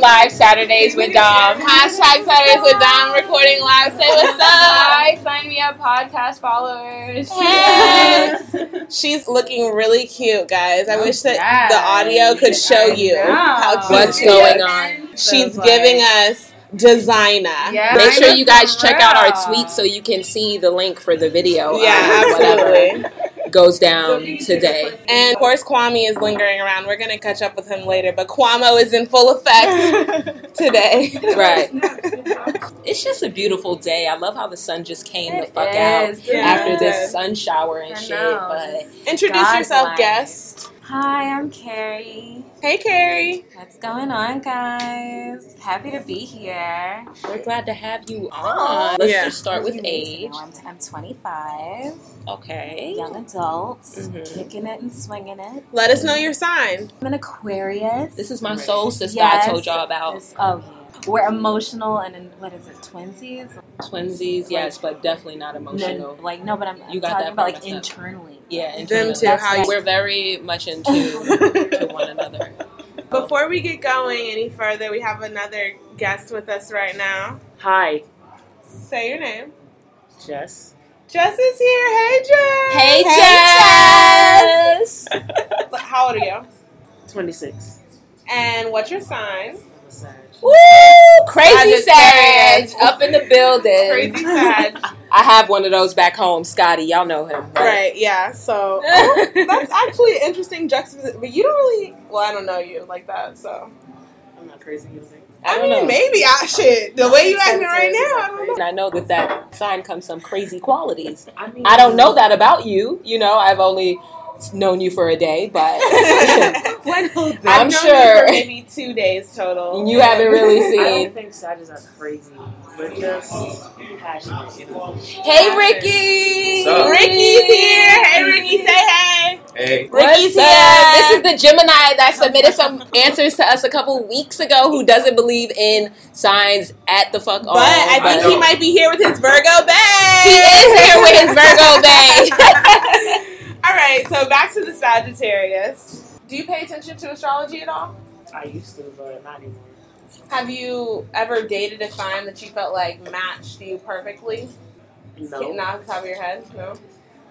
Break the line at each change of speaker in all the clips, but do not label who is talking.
Saturdays with Dom. Hashtag Saturdays with Dom recording live. Say what's up.
Hi, sign me up, podcast followers.
Hey. She's looking really cute, guys.
Oh,
I wish that the audio could show you how cute
What's
she
going
is.
on?
She's giving us designer.
Yeah.
Make sure you guys
For
check out our
real.
tweet so you can see the link for the video. of
Yeah,
whatever
absolutely.
goes down today.
And of course, Kwame is lingering around. We're going to catch up with him later, but Kwamo is in full effect today.
Right. It's just a beautiful day. I love how the sun just came the fuck out after this sun shower and
I
shit.
know.
But
Introduce
Guys
yourself,
like-
guest.
Hi, I'm Carrie.
Hey, Carrie.
What's going on, guys? Happy to be here.
we're glad to have you on. Let's
Yeah.
just start with
You need
age.
to know I'm, I'm 25,
Okay.
young adult,
Mhm.
kicking it and swinging it.
Let us know your sign.
I'm an Aquarius.
This is my soul sister
Yes.
I told y'all about.
This- oh yeah, we're emotional and in, what is it, twinsies?
Twinsies, yes, but definitely not
No,
emotional.
like no, but I'm, I'm
You got
talking
that
about
part
like
messed
internally.
Yeah, and
Them too.
Gemini.
How you-
We're very much into to one another.
Before we get going any further, we have another guest with us right now.
Hi,
Say your name.
Jess.
Jess is here. Hey, Jess.
Hey,
Jess. How old are you?
26.
And what's your sign?
Woo! Crazy Sag
Sagittarius.
up in the building.
Crazy sad.
I have one of those back home, Scotty. Y'all know him, right?
right. Yeah. So oh, that's actually an interesting juxtaposition. But you don't really. Well, I don't know you like that. So
I'm not crazy music.
I,
don't
mean,
know.
maybe I should. The way you acting right now, I don't know.
And I know with that sign comes some crazy qualities.
I mean,
I don't know that about you. You know, I've only known you for a day, but I'm
I've known you
sure.
for maybe two days total.
you haven't really
I don't
seen.
think Sagittarius are crazy. We're just passionate. You know?
Hey, Ricky.
What's up?
Ricky's here. Hey, Ricky, say hey.
Hey,
What's
Ricky's
up? This
here.
is the Gemini that submitted some answers to us a couple weeks ago who doesn't believe in signs at the fuck all.
but I think
I
he
know.
might be here with his Virgo bae.
he is here with his Virgo bae.
All right, so back to the Sagittarius. Do you pay attention to astrology at all?
I used to, but not anymore.
Have you ever dated a sign that you felt like matched you perfectly?
No.
Not off the top of your head? No.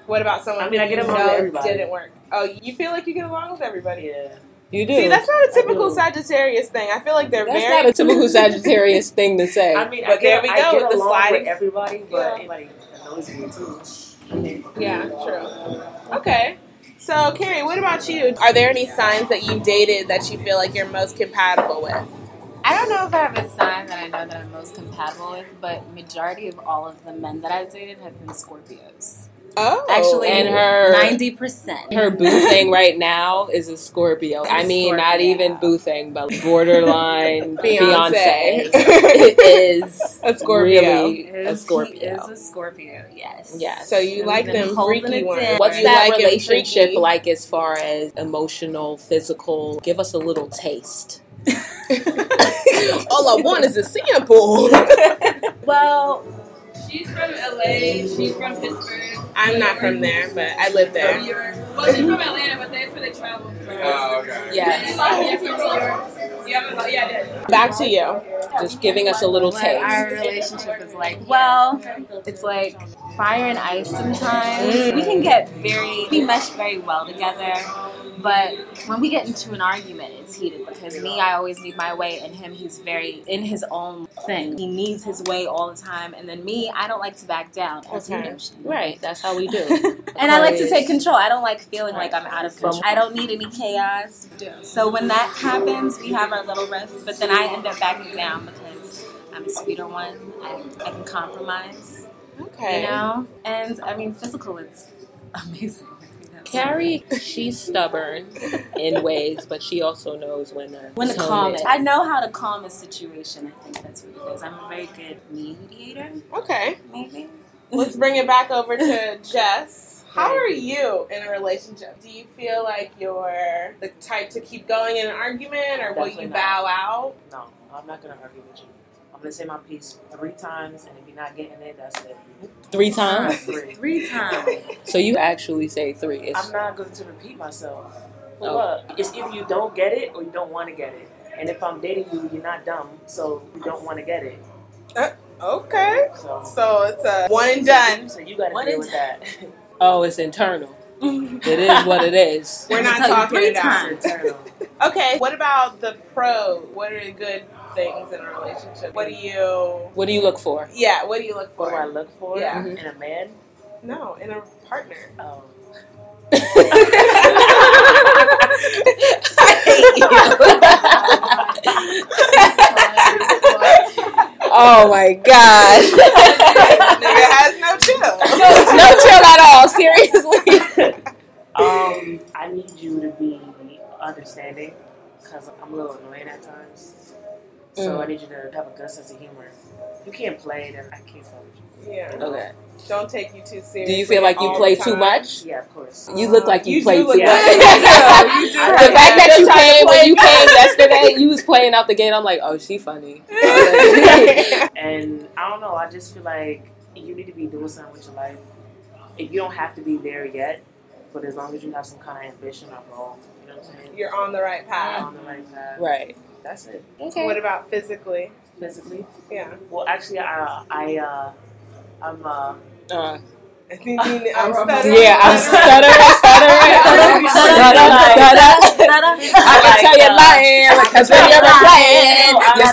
What about someone
I mean,
who
I get
you
along
know
with everybody.
didn't work? Oh, you feel like you get along with everybody.
Yeah.
you
See, that's not a typical
do.
Sagittarius thing. I feel like they're
That's
very
not a typical Sagittarius thing to say.
I mean, I
But there
get,
we
I
go
get
with the
along
sliding-
with everybody,
Yeah.
but everybody annoys me too.
Yeah, true. Okay. So, Carrie, what about you? Are there any signs that you've dated that you feel like you're most compatible with?
I don't know if I have a sign that I know that I'm most compatible with, but majority of all of the men that I've dated have been Scorpios.
Oh,
Actually,
and her
ninety percent.
her boo thing right now is a Scorpio. I mean, not
Scorpio.
even boo thing, but borderline
Beyonce.
fiance. it is
a Scorpio.
really a
Is- He
Scorpio.
is a Scorpio. Yes.
Yes.
So you
We've
like
been
them
holding
freaky
it
ones.
down.
What's
You
that
like 'em
relationship
freaky?
like as far as emotional, physical? Give us a little taste.
All I want is a sample.
Well,
She's from LA. She's from Pittsburgh.
I'm not from there, but I live
From
there.
New York. Well, she's from Atlanta, but that's where they travel. from.
Oh, okay.
Yes.
She's from New York. Yeah, yeah,
Back to you.
Just giving us a little
what our
taste.
relationship is like. Well, it's like fire and ice sometimes.
Mm.
We can get very, we mesh very well together. But when we get into an argument, it's heated because me, I always need my way, and him, he's very in his own thing. He needs his way all the time. And then me, I don't like to back down. That's
Okay.
emotion.
Right. That's how we do.
and I like to
Aquarius.
take control. I don't like feeling like I'm out of
From-
control. I don't need any chaos. So when that happens, we have our little riff, but then I end up backing down because I'm a sweeter one. I, I can compromise,
Okay.
you know? And I mean, physical, it's amazing.
Carrie, she's stubborn in ways, but she also knows when to
When to
tone
calm
it.
it. I know how to calm a situation. I think that's what it is. I'm a very good mediator,
Okay.
maybe.
Let's bring it back over to Jess. How are you in a relationship? Do you feel like you're the type to keep going in an argument, or will
Definitely
you
not.
bow out?
No, I'm not gonna argue with you. I'm gonna say my piece three times, and if you're not getting it, that's it.
Three times.
Three.
Three times.
So you actually say three. It's,
I'm not going to repeat myself. e-
Oh.
Look, it's either you don't get it or you don't want to get it.
And if I'm dating you, you're not dumb, so you don't want to get it.
Uh, Okay.
So,
So it's a one and done.
So you got
One
to deal
and
with that.
Oh, it's internal. It is what it is.
We're not
Tell you
talking
three
it out.
times.
Internal.
Okay. What about the pros? What are the good things in a relationship? What do you?
What do you look for?
Yeah. What do you look
What do I
for?
look for
Yeah.
in a man?
No, in a partner.
Um,
oh my god.
Nigga has no chill.
no chill at all,
um,
seriously.
I need you to be understanding because I'm a little annoying at times. So
Mm.
I need you to have a good sense of humor. You can't play, then I can't play with you.
Yeah.
Okay.
Don't take you too seriously.
Do you feel like you
all
play
the
too
time.
much?
Yeah, of course.
You look like you,
You do
play too
look
much.
like
you do. You do.
the fact that you came when you came yesterday, you was playing out the gate. I'm like, oh, she funny. Oh,
And I don't know, I just feel like you need to be doing something with your life. If you don't have to be there yet, but as long as you have some kind of ambition or goal, you know what I'm saying?
You're on the right path.
On the right path.
Right.
That's it.
What about physically?
Physically.
Yeah.
Well, actually, I, I, uh, I'm, uh,
Uh,
I think you need,
I'm
I'm stuttering.
yeah, I'm stuttering, stuttering, stutter, stutter. I can tell you're lying because when you're replying, you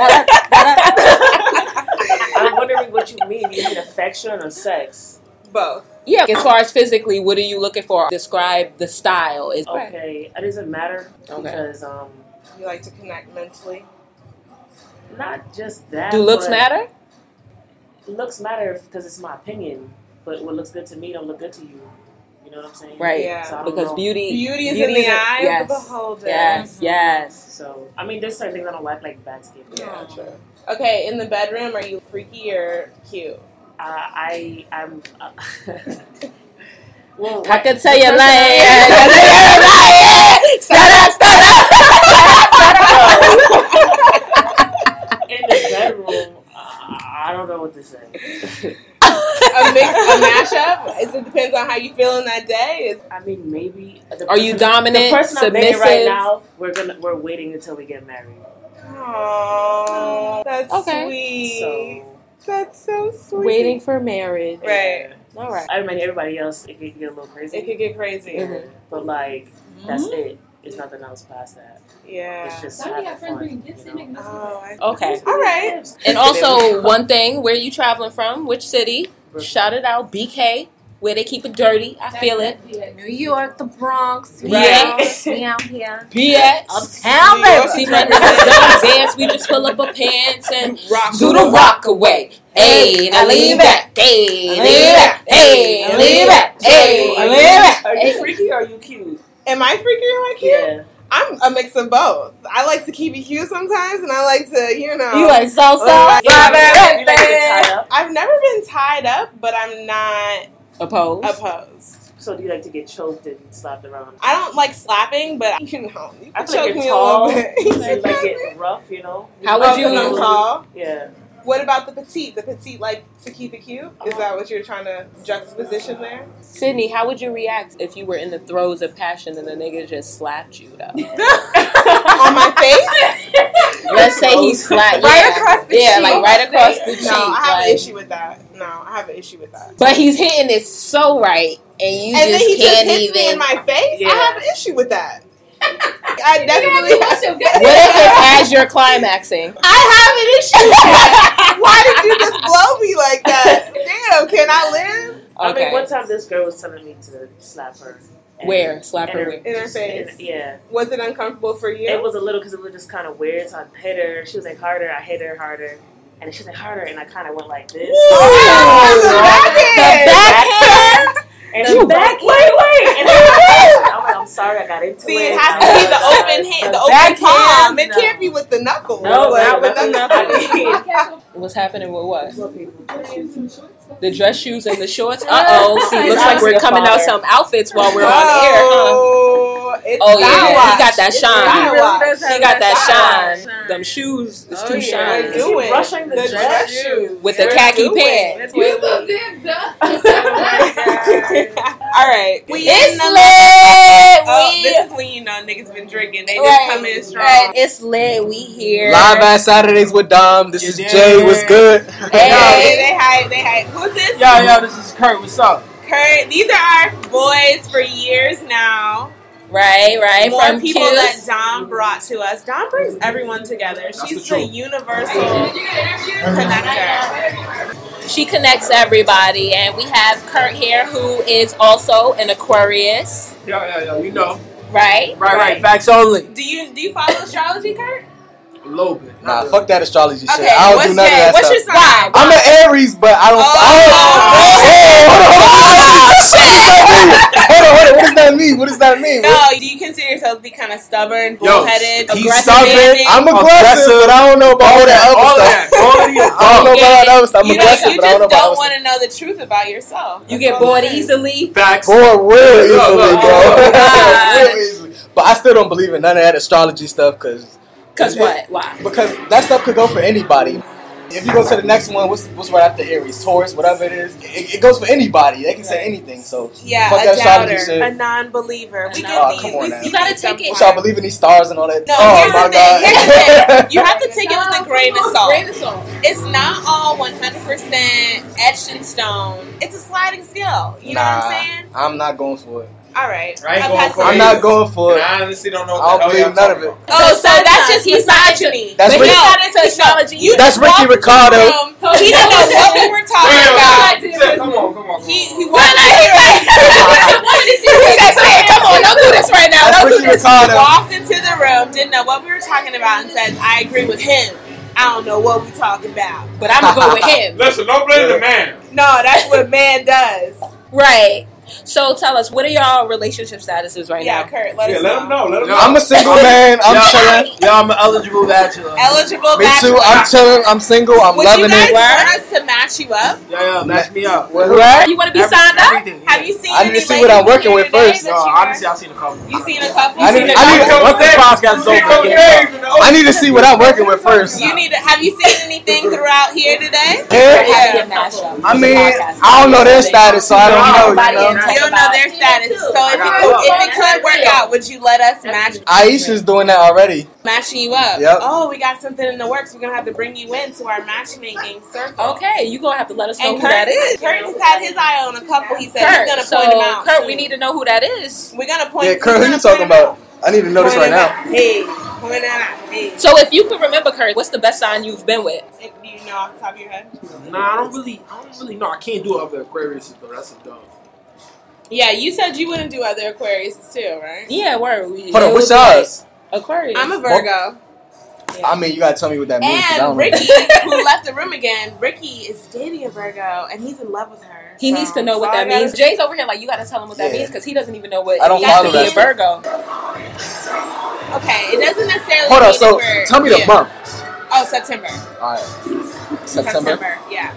stutter, stutter.
I'm wondering what you mean. You mean affection or sex?
Both.
yeah, as far as physically, what are you looking for? Describe the style. Is
Okay, it doesn't matter
Okay.
because um,
You like to connect mentally.
not just that.
do looks
but
matter?
Looks matter because it's my opinion. But what looks good to me don't look good to you. You know what I'm saying?
Right.
Yeah.
So I don't
Because
know. Mm-hmm.
beauty.
Beauty is
beauty
in the
is a-
eye
yes.
of the beholder.
Yes. Yes.
So I mean, there's certain things I don't like, like bad skin.
Yeah, Okay, in the bedroom, are you freaky or cute?
Uh, I I'm. Uh, well,
I
right-
can tell you're lying.
I can
Shut up, shut up.
in the bedroom, uh, I don't know what to say.
A mix, a mashup. Is it depends on how you feeling that day? Is,
I mean, maybe. the
Are you
person-
dominant,
The person I'm dating right
submissive?
now, we're gonna we're waiting until we get married.
Aww, that's
Okay.
sweet.
So
That's so sweet.
Waiting for marriage.
Right.
All right.
I mean, everybody else, it could get a little crazy.
It could get crazy.
Mhm.
But like, that's it. It's nothing else past that. It's
Yeah.
just
Some of
having
y'all
fun.
friends bring
you
gifts
know?
and make
Oh, I-
Okay.
All right.
And also, one thing, where you traveling from? Which city? Shout it out. BK, where they keep it dirty. I feel it.
New York, the Bronx, we
Right.
out, we out here.
BX.
Uptown,
New York.
baby.
See, my niggas don't dance. We just pull up our pants and
Rock.
do the rock away. Hey, now lean back. Hey, lean back. Hey, lean back. Hey,
Are you-
lean back.
Are you freaky or are you cute?
Am I freaky or am I cute?
Yeah.
I'm a mix of both. I like to keep it cute sometimes, and I like to, you know.
You are so
Oh,
so.
You like to- you like to
baby.
tie up?
I've never been tied up, but I'm not
Opposed.
opposed.
So do you like to get choked and slapped around?
I don't like slapping, but you know, you
I feel
can
like
choke
you're
me
tall.
a little bit.
Do you like it rough? You know.
How
Oh,
would
'cause
you-
I'm tall.
Yeah.
What about the petite? The petite like to keep it cute?
Uh-huh.
Is that what you're trying to juxtaposition there?
Sydney, how would you react if you were in the throes of passion and the nigga just slapped you though?
On my face?
Let's say he slapped
Right
yeah.
across the
yeah,
cheek.
like right across the cheek.
No, I have
like-
an issue with that. No, I have an issue with that.
But he's hitting it so right, and you
and
just
then he just
can't
hits
even.
me in my face. I
Yeah.
have an issue with that. I definitely have.
what if it's as you're climaxing?
I have an issue. With that. Why did you just blow me like that? Damn, can I live?
I mean,
Okay,
one time this girl was telling me to slap her. And-
where slap
and
her? Where?
In her
just-
face.
and- yeah.
Was it uncomfortable for you?
It was a little because it was just kind of weird. So I hit her. She was like harder. I hit her harder, and then she was like harder, and I kind of went like this.
Oh,
Ooh. The
backhand.
backhand.
And
The
she
back-
back, wait, wait. And I, I'm like, I'm sorry, I got into
See,
it.
it has to be the open hand, the open palm. It can't be with the knuckles.
No,
Like,
not
with
with the knuckles.
What's happening with what?
The
The dress shoes and the shorts. Uh oh. See, looks like we're coming out some outfits while we're on air. huh?
Oh, it's
Oh yeah, he
style
got that
watch.
shine.
Style watch.
He got that shine. Them shoes is too
Oh, yeah.
shiny.
They do. doing
brushing the,
The dress
dress.
shoes.
With the
We're
khaki
doing
pants.
it.
damn dumb.
Oh my God. All right. We
It's
in the-
lit.
Oh,
we
this is when you know niggas been drinking. They just
Right,
come in strong.
right. It's lit. We here.
Live ass Saturdays with Dom. This
You
is
did.
Jay. What's good?
They
Hey.
hype, they hype, they hype. Who's this?
Yo, yo, this is Kurt. What's up?
Kurt. These are our boys for years now.
Right, right.
More
From
people
Q's.
that Dom brought to us. Dom brings everyone together. She's
the
the,
truth.
universal connector.
she connects everybody, and we have Kurt here, who is also an Aquarius.
Yo, yo, yo, you know.
Right.
Right,
Right.
right. Facts only.
Do you do you follow astrology, Kurt?
A little bit.
Nah,
Not
fuck that astrology shit.
Okay,
I don't
what's
do none of
your
that
what's your
stuff.
sign?
Why?
I'm an Aries, but I don't.
Oh.
I don't hold on, hold on, hold on, hold on, hold on. What does that mean? What does that mean? What-
No, do you consider yourself to be kind of stubborn,
Yo,
bullheaded,
he's
aggressive?
stubborn.
demanding?
I'm aggressive,
Aggressive.
but I don't know about all that
All
other
that.
stuff.
All of the above.
I don't know about all that other stuff. I'm
you, know,
aggressive,
you
but I don't know
just don't,
about all
want
that
to know the truth about yourself.
You
That's
get
all
bored
it is.
easily.
Facts.
stuff. Boy, real
Look,
easily,
look,
bro.
look,
Oh,
look.
Real easily. But I still don't believe in none of that astrology stuff because
Cause what? Why?
because that stuff could go for anybody. If you go to the next one, what's what's right after Aries, Taurus, whatever it is, it, it goes for anybody. They can say anything. So
Yeah,
Fuck
a
that astrology
doubter,
shit.
a non-believer. We
Nah,
get
come
these.
on
we
now.
see
You
gotta
these
take it-
sometimes.
y'all believe in these stars and all that?
No,
oh
here's
my
the
god.
thing. Here's the thing. You have to take it with a grain of salt.
Great song.
It's not all 100% etched in stone. It's a sliding scale. You know what
Nah.
I'm saying?
I'm not going for it.
All right.
I ain't
I'll
going
pass
for
it.
it.
I'm not going for it.
I honestly don't know
I
what
don't
the hell
believe
y'all
none
talking about.
of it.
Oh, so that's
sometimes
just
he's
misogyny.
That's
But
Ricky,
he got into astrology.
You
that's
walked
Ricky
into the
Ricardo.
room. He didn't know what we were talking
Damn,
about.
he said, Come on, come on.
He, he
come on.
wanted to hear it.
He said, "Say it. Come on, don't do this right now.
That's
Don't do
Ricky
this.
Ricardo.
walked into the room, didn't know what we were talking about, and says, I agree with him. I don't know what we talking about.
But I'm gonna go with him.
Listen, don't blame the man.
No, that's what man does.
Right. So tell us, what are y'all relationship statuses right
yeah,
now?
Kurt, let
Yeah,
us
let him know. Let him know.
I'm a single man. I'm chilling.
Yo, I'm an eligible bachelor.
Eligible
Me too.
bachelor.
I'm chilling. I'm single. I'm
Would you
loving
guys
it.
want us to match you up?
Yo, yo, match me up.
What?
You want to be
Every-
signed up?
everything, yeah.
Have you seen?
I need
any
to see what I'm
ladies
working with
here today
first.
No,
that you are-
honestly, I've seen a couple.
you seen a couple.
I
You
need,
seen a
I need,
couple?
once this podcast is over, I get it. I need to see what I'm working with first.
You need to. Have you seen anything throughout here today?
Yeah.
Yeah.
I mean, I don't know their status, so I don't know. You know,
You don't know their status, so if it,
I
could,
got
if it could work out, would you let us match
Aisha's doing that already.
matching you up?
Yep.
Oh, we got something in the works. We're gonna have to bring you into our matchmaking circle.
Okay, you gonna have to let us know
And
who
Kurt,
that is.
Kurt has had his eye on a couple. He said he's gonna
so
point them out.
Kurt,
soon.
we need to know who that is.
We're gonna point.
Yeah, Kurt,
we're
who you
gonna
talking
point 'em
about? I need to know this
Point
right
'em
now.
out. Hey, point 'em out. Hey,
So if you can remember, Kurt, what's the best sign you've been with?
if you know off the top of your head.
Nah, I don't really, I don't really know. I can't do other Aquarius though. That's a dumb.
Yeah, you said you wouldn't do other Aquarius too, right?
Yeah, where are we?
Hold
It
on,
would
what's
be like
yours?
Aquarius.
I'm a Virgo.
I mean, you gotta tell me what that means. 'cause I don't
And
know.
Ricky, who left the room again, Ricky is dating a Virgo and he's in love with her.
he
so-
needs to know what
so I
that
gotta-
means. Jay's over here like you gotta tell him what that
Yeah.
means because he doesn't even know what
I don't
it means
follow
to be
that.
a Virgo.
Okay, it doesn't necessarily.
Hold on,
mean
so
that we're-
tell me the
yeah.
month.
Oh, September.
All right, September.
yeah.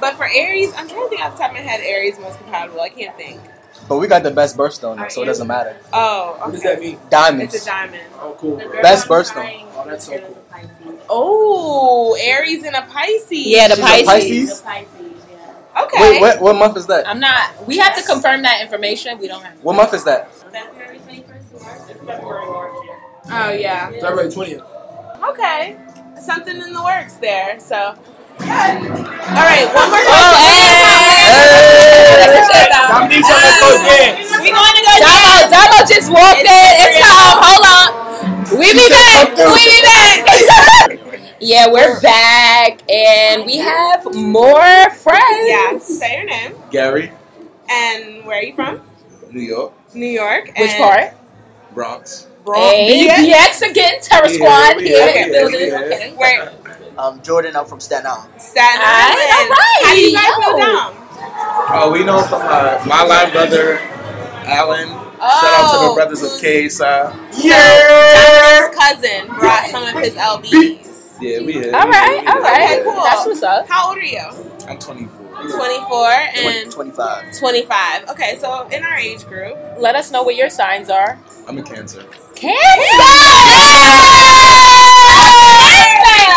But for Aries, I'm trying to think off the top of my head. Aries most compatible. I can't think.
But we got the best birthstone, though, so it
Alright,
doesn't matter.
Oh, okay.
What does that mean?
Diamonds.
It's a diamond.
Oh, cool. Bro.
Best birthstone.
Oh, that's so cool.
Oh, Aries and a Pisces.
Yeah, the
She's a
Pisces.
Pisces.
Okay.
Wait, what, what month is that?
I'm not. Uh, We have to confirm that information. We don't have.
What month is that?
February 21st to March.
Oh yeah.
February twentieth.
Okay. Something in the works there. So. All right. One more.
Oh,
Hey!
Dominique's on the coast, yeah.
We going to go.
Dabo, Dabo just walked
It's
in. It's
three
time. Hold on. We be back.
"I'm through."
We be back. yeah, we're back, and we have more friends.
Yeah. Say your name
Gary,
and where are you from?
New York,
New York.
Which
and
part?
Bronx.
Hey, BX again, Terror
Yeah, yeah,
Squad here
yeah,
in the building.
yeah.
Okay.
Where?
Um, Jordan, I'm from Staten Island.
Staten
Alright,
Island.
alright,
How do you guys
yo.
go down?
Uh, we know from uh, my live brother, Alan.
Oh,
Shout out to the brothers of KSI.
Tyler's cousin brought some of his LBs.
Yeah, we here.
All right, all right.
Okay, cool.
That's what's up.
How old are you?
I'm 24.
24
Twen-
and
25.
25. Okay, so in our age group.
Let us know what your signs are.
I'm a Cancer.
Cancer!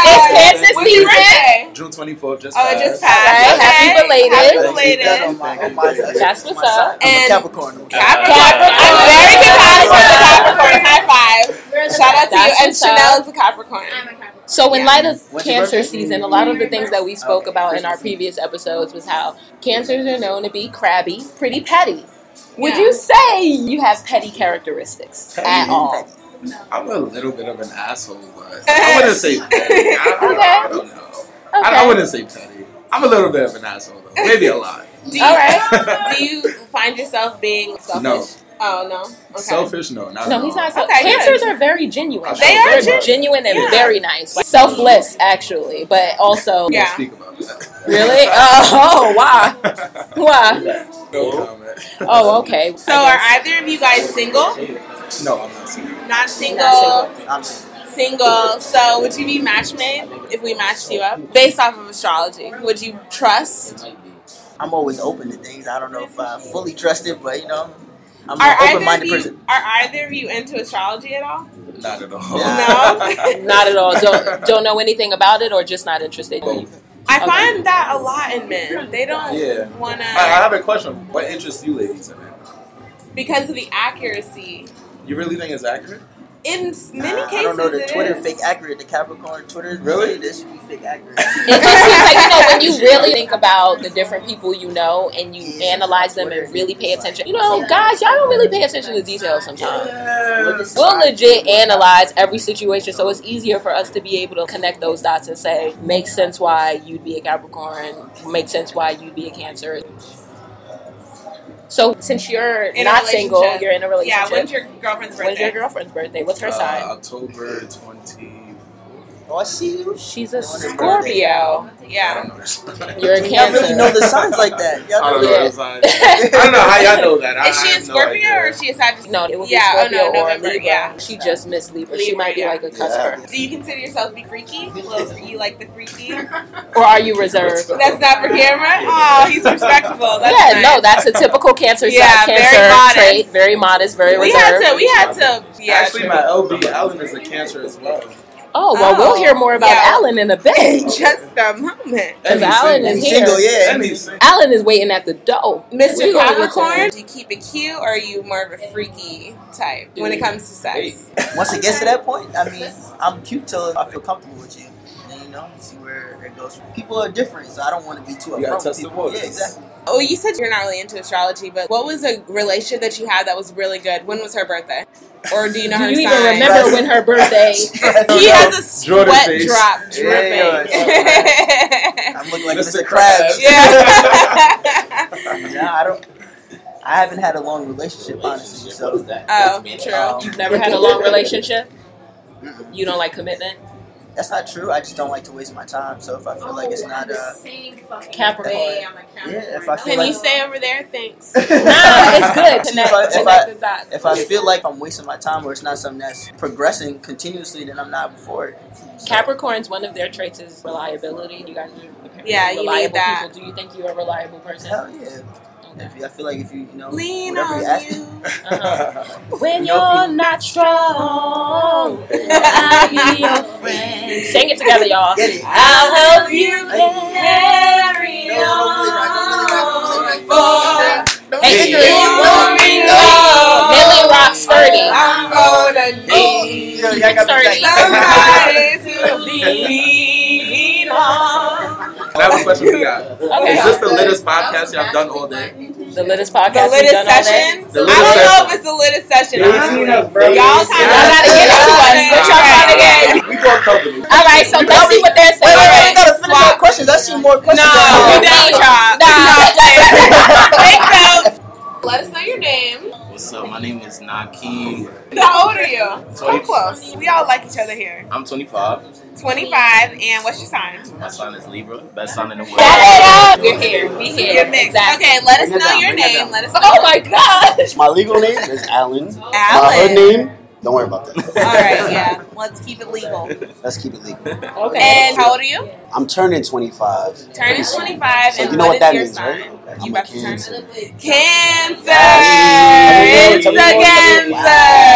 It's Cancer
What's your
season.
birthday?
June 24th, just
Oh, it
passed.
just
Okay,
passed. Okay.
happy belated.
Happy
Thank you,
belated.
thank you, thank you,
That's
thank you.
That's what's up.
I'm a
And
Capricorn. I'm a Cap-
Capricorn.
Capricorn.
I'm very good college with the
Wow.
Capricorn. High five. Shout out to you.
That's
And
what's up.
Chanel is a Capricorn.
I'm a Capricorn.
So, in
Yeah.
light of
When's your
cancer
birthday?
season, a lot of the things that we spoke
Okay,
about in our
Christmas.
previous episodes was how cancers are known to be crabby, pretty petty. Would
Yeah.
you say you have petty characteristics at
Petty.
all?
I'm a little bit of an asshole, but I wouldn't say petty. I, I, don't, I don't know. I, I wouldn't say petty. I'm a little bit of an asshole, though. Maybe a lot.
Do you,
All right.
do you find yourself being selfish?
No.
Oh, no? Okay.
Selfish? No, not at
No, he's
all.
not. So
Okay,
cancers are very genuine.
They
are
They're
genuine.
genuine and
Yeah.
very nice, selfless actually, but also
Don't
Yeah.
speak about that.
really. Oh, oh, wow, wow.
no comment.
Oh, okay.
So are either of you guys single?
No, I'm not single.
Not single.
I'm single.
Single. So would you be match made if we matched you up? Based off of astrology, would you trust?
I'm always open to things. I don't know if I fully trust it, but you know, I'm
Are
an
either, of
open-minded
you,
person.
are either of you into astrology at all?
Not at all.
No?
not at all. Don't don't know anything about it or just not interested.
Both.
I
Okay.
find that a lot in men. They don't
Yeah.
want
I, I
to,
have a question. What interests you ladies in it?
because of the accuracy.
You really think it's accurate?
In many
Nah,
cases,
I don't know the
it
Twitter
is.
fake accurate. The Capricorn Twitter
Really?
say This should be fake accurate.
It just seems like you know when you really think about the different people you know and you analyze them and really pay attention. You know, guys, y'all don't really pay attention to details sometimes. We'll legit analyze every situation, so it's easier for us to be able to connect those dots and say, makes sense why you'd be a Capricorn, makes sense why you'd be a Cancer. So since you're
In a
not single,
relationship.
you're in a
Yeah,
relationship.
when's your girlfriend's birthday?
When's your girlfriend's birthday? What's her
Uh,
sign?
October 20.
Oh, I see you.
She's a
Scorpio.
Scorpio.
I
Yeah.
don't know.
You're a
Y'all really
Cancer.
know the signs like that. Y'all
I
know
don't know.
that.
what sign. I don't know how y'all know that. I,
Is
I
she in
have no
Scorpio
idea.
or is she a Sagittarius?
No, it would be
yeah,
Scorpio
oh, no,
or
November,
Libra.
Yeah.
She just missed Libra. she
Libra,
might be
yeah.
like a cusper.
Do you consider yourself to be freaky? Well, you like the freaky?
Or are you reserved?
That's not for camera. Oh, he's respectable. That's
yeah,
nice.
no, that's a typical cancer
Yeah, very
cancer
modest.
trait. Very modest, very
we
reserved.
had to. We had to. Yeah.
Actually, my LB Allen is a Cancer as well.
Oh well,
Oh,
we'll hear more about
yeah.
Alan in a bit.
just a moment,
And he's
Allen
single.
is
He's single,
here.
yeah.
And he's single.
Alan is waiting at the oh, door.
Mr.
We gonna get
Capricorn.
there.
Do you keep it cute or are you more of a freaky type when it comes to sex?
Once it gets to that point, I mean, I'm cute till I feel comfortable with you. And you know, see where it goes. People are different, so I don't want to be too
You gotta
upfront
test
with
the
people.
waters.
Yeah, exactly.
Oh, you said you're not really into astrology, but what was a relationship that you had that was really good? When was her birthday? Or do you know
Do
her
you even
sign?
remember when her birthday?
He has a
Jordan
sweat
face.
drop
Yeah,
dripping.
I'm looking like Mr.
Mr.
Krabs.
Krabs.
Yeah.
Nah, I don't. I haven't had a long relationship, honestly. So
oh, true.
um,
Never had a long relationship. You don't like commitment.
that's not true. I just don't like to waste my time. So if I feel like it's
Oh,
not, uh,
Capricorn.
I'm a Capricorn.
Yeah, if I feel
Can
like-
you stay over there? Thanks.
Nah, it's good.
See,
Connect,
if I- if
connect
I-
the dots.
if I feel like I'm wasting my time or it's not something that's progressing continuously, then I'm not for it.
Capricorn's one of their traits is reliability. You guys are apparently
Yeah, you
reliable
need that.
people. Do you think you're a reliable person?
Hell yeah. If you, I feel like if you, you know,
Lean
whatever
on
you ask,
you.
When
Your you're
not strong,
I'll be your
friend. Sing it together, y'all.
get it.
I'll help you
No, don't believe it, don't believe it, don't believe it,
on
don't believe it. Don't believe
Hey, you
it.
won't be
long.
Millie rock sturdy.
I'm gonna
You know,
need
y'all got
Sorry.
me back.
somebody to lean on.
I have a question for you guys.
Okay.
Is this the latest podcast y'all have done all day?
The litest
The
podcast we've
litest
done all day.
session. I
The
don't
litest
know
session.
if it's the litest session.
Y'all
honestly.
Y'all
kinda
gotta get it to us. What y'all trying to get?
We gonna cover this.
All right, so let's see what they're saying.
Wait, wait, wait, we
All right.
gotta finish our questions. I see more
No,
questions.
we
than-
don't, y'all.
Nah.
Thanks, though. Let us know your name.
What's up? My name is Nakeem.
How old are you?
20.
Come close. We all like each other here.
I'm 25.
25, and what's your sign?
My sign is Libra. Best sign in the world.
Wrap it up. You're here. We here.
You're mixed.
Exactly.
Okay, let us
Bring it
know
down,
your
bring it
name.
down.
Let us know.
Oh my gosh.
My legal name is Alan.
My hood
Alan.
name? Don't worry about that.
All right, yeah. Let's keep it legal.
Let's keep it legal.
Okay.
And how old are you?
I'm turning 25.
Turning 25,
So
and
you know
what
what that
is
means,
your sign?
I'm a cancer.
Cancer!
Yes.
It's the cancer!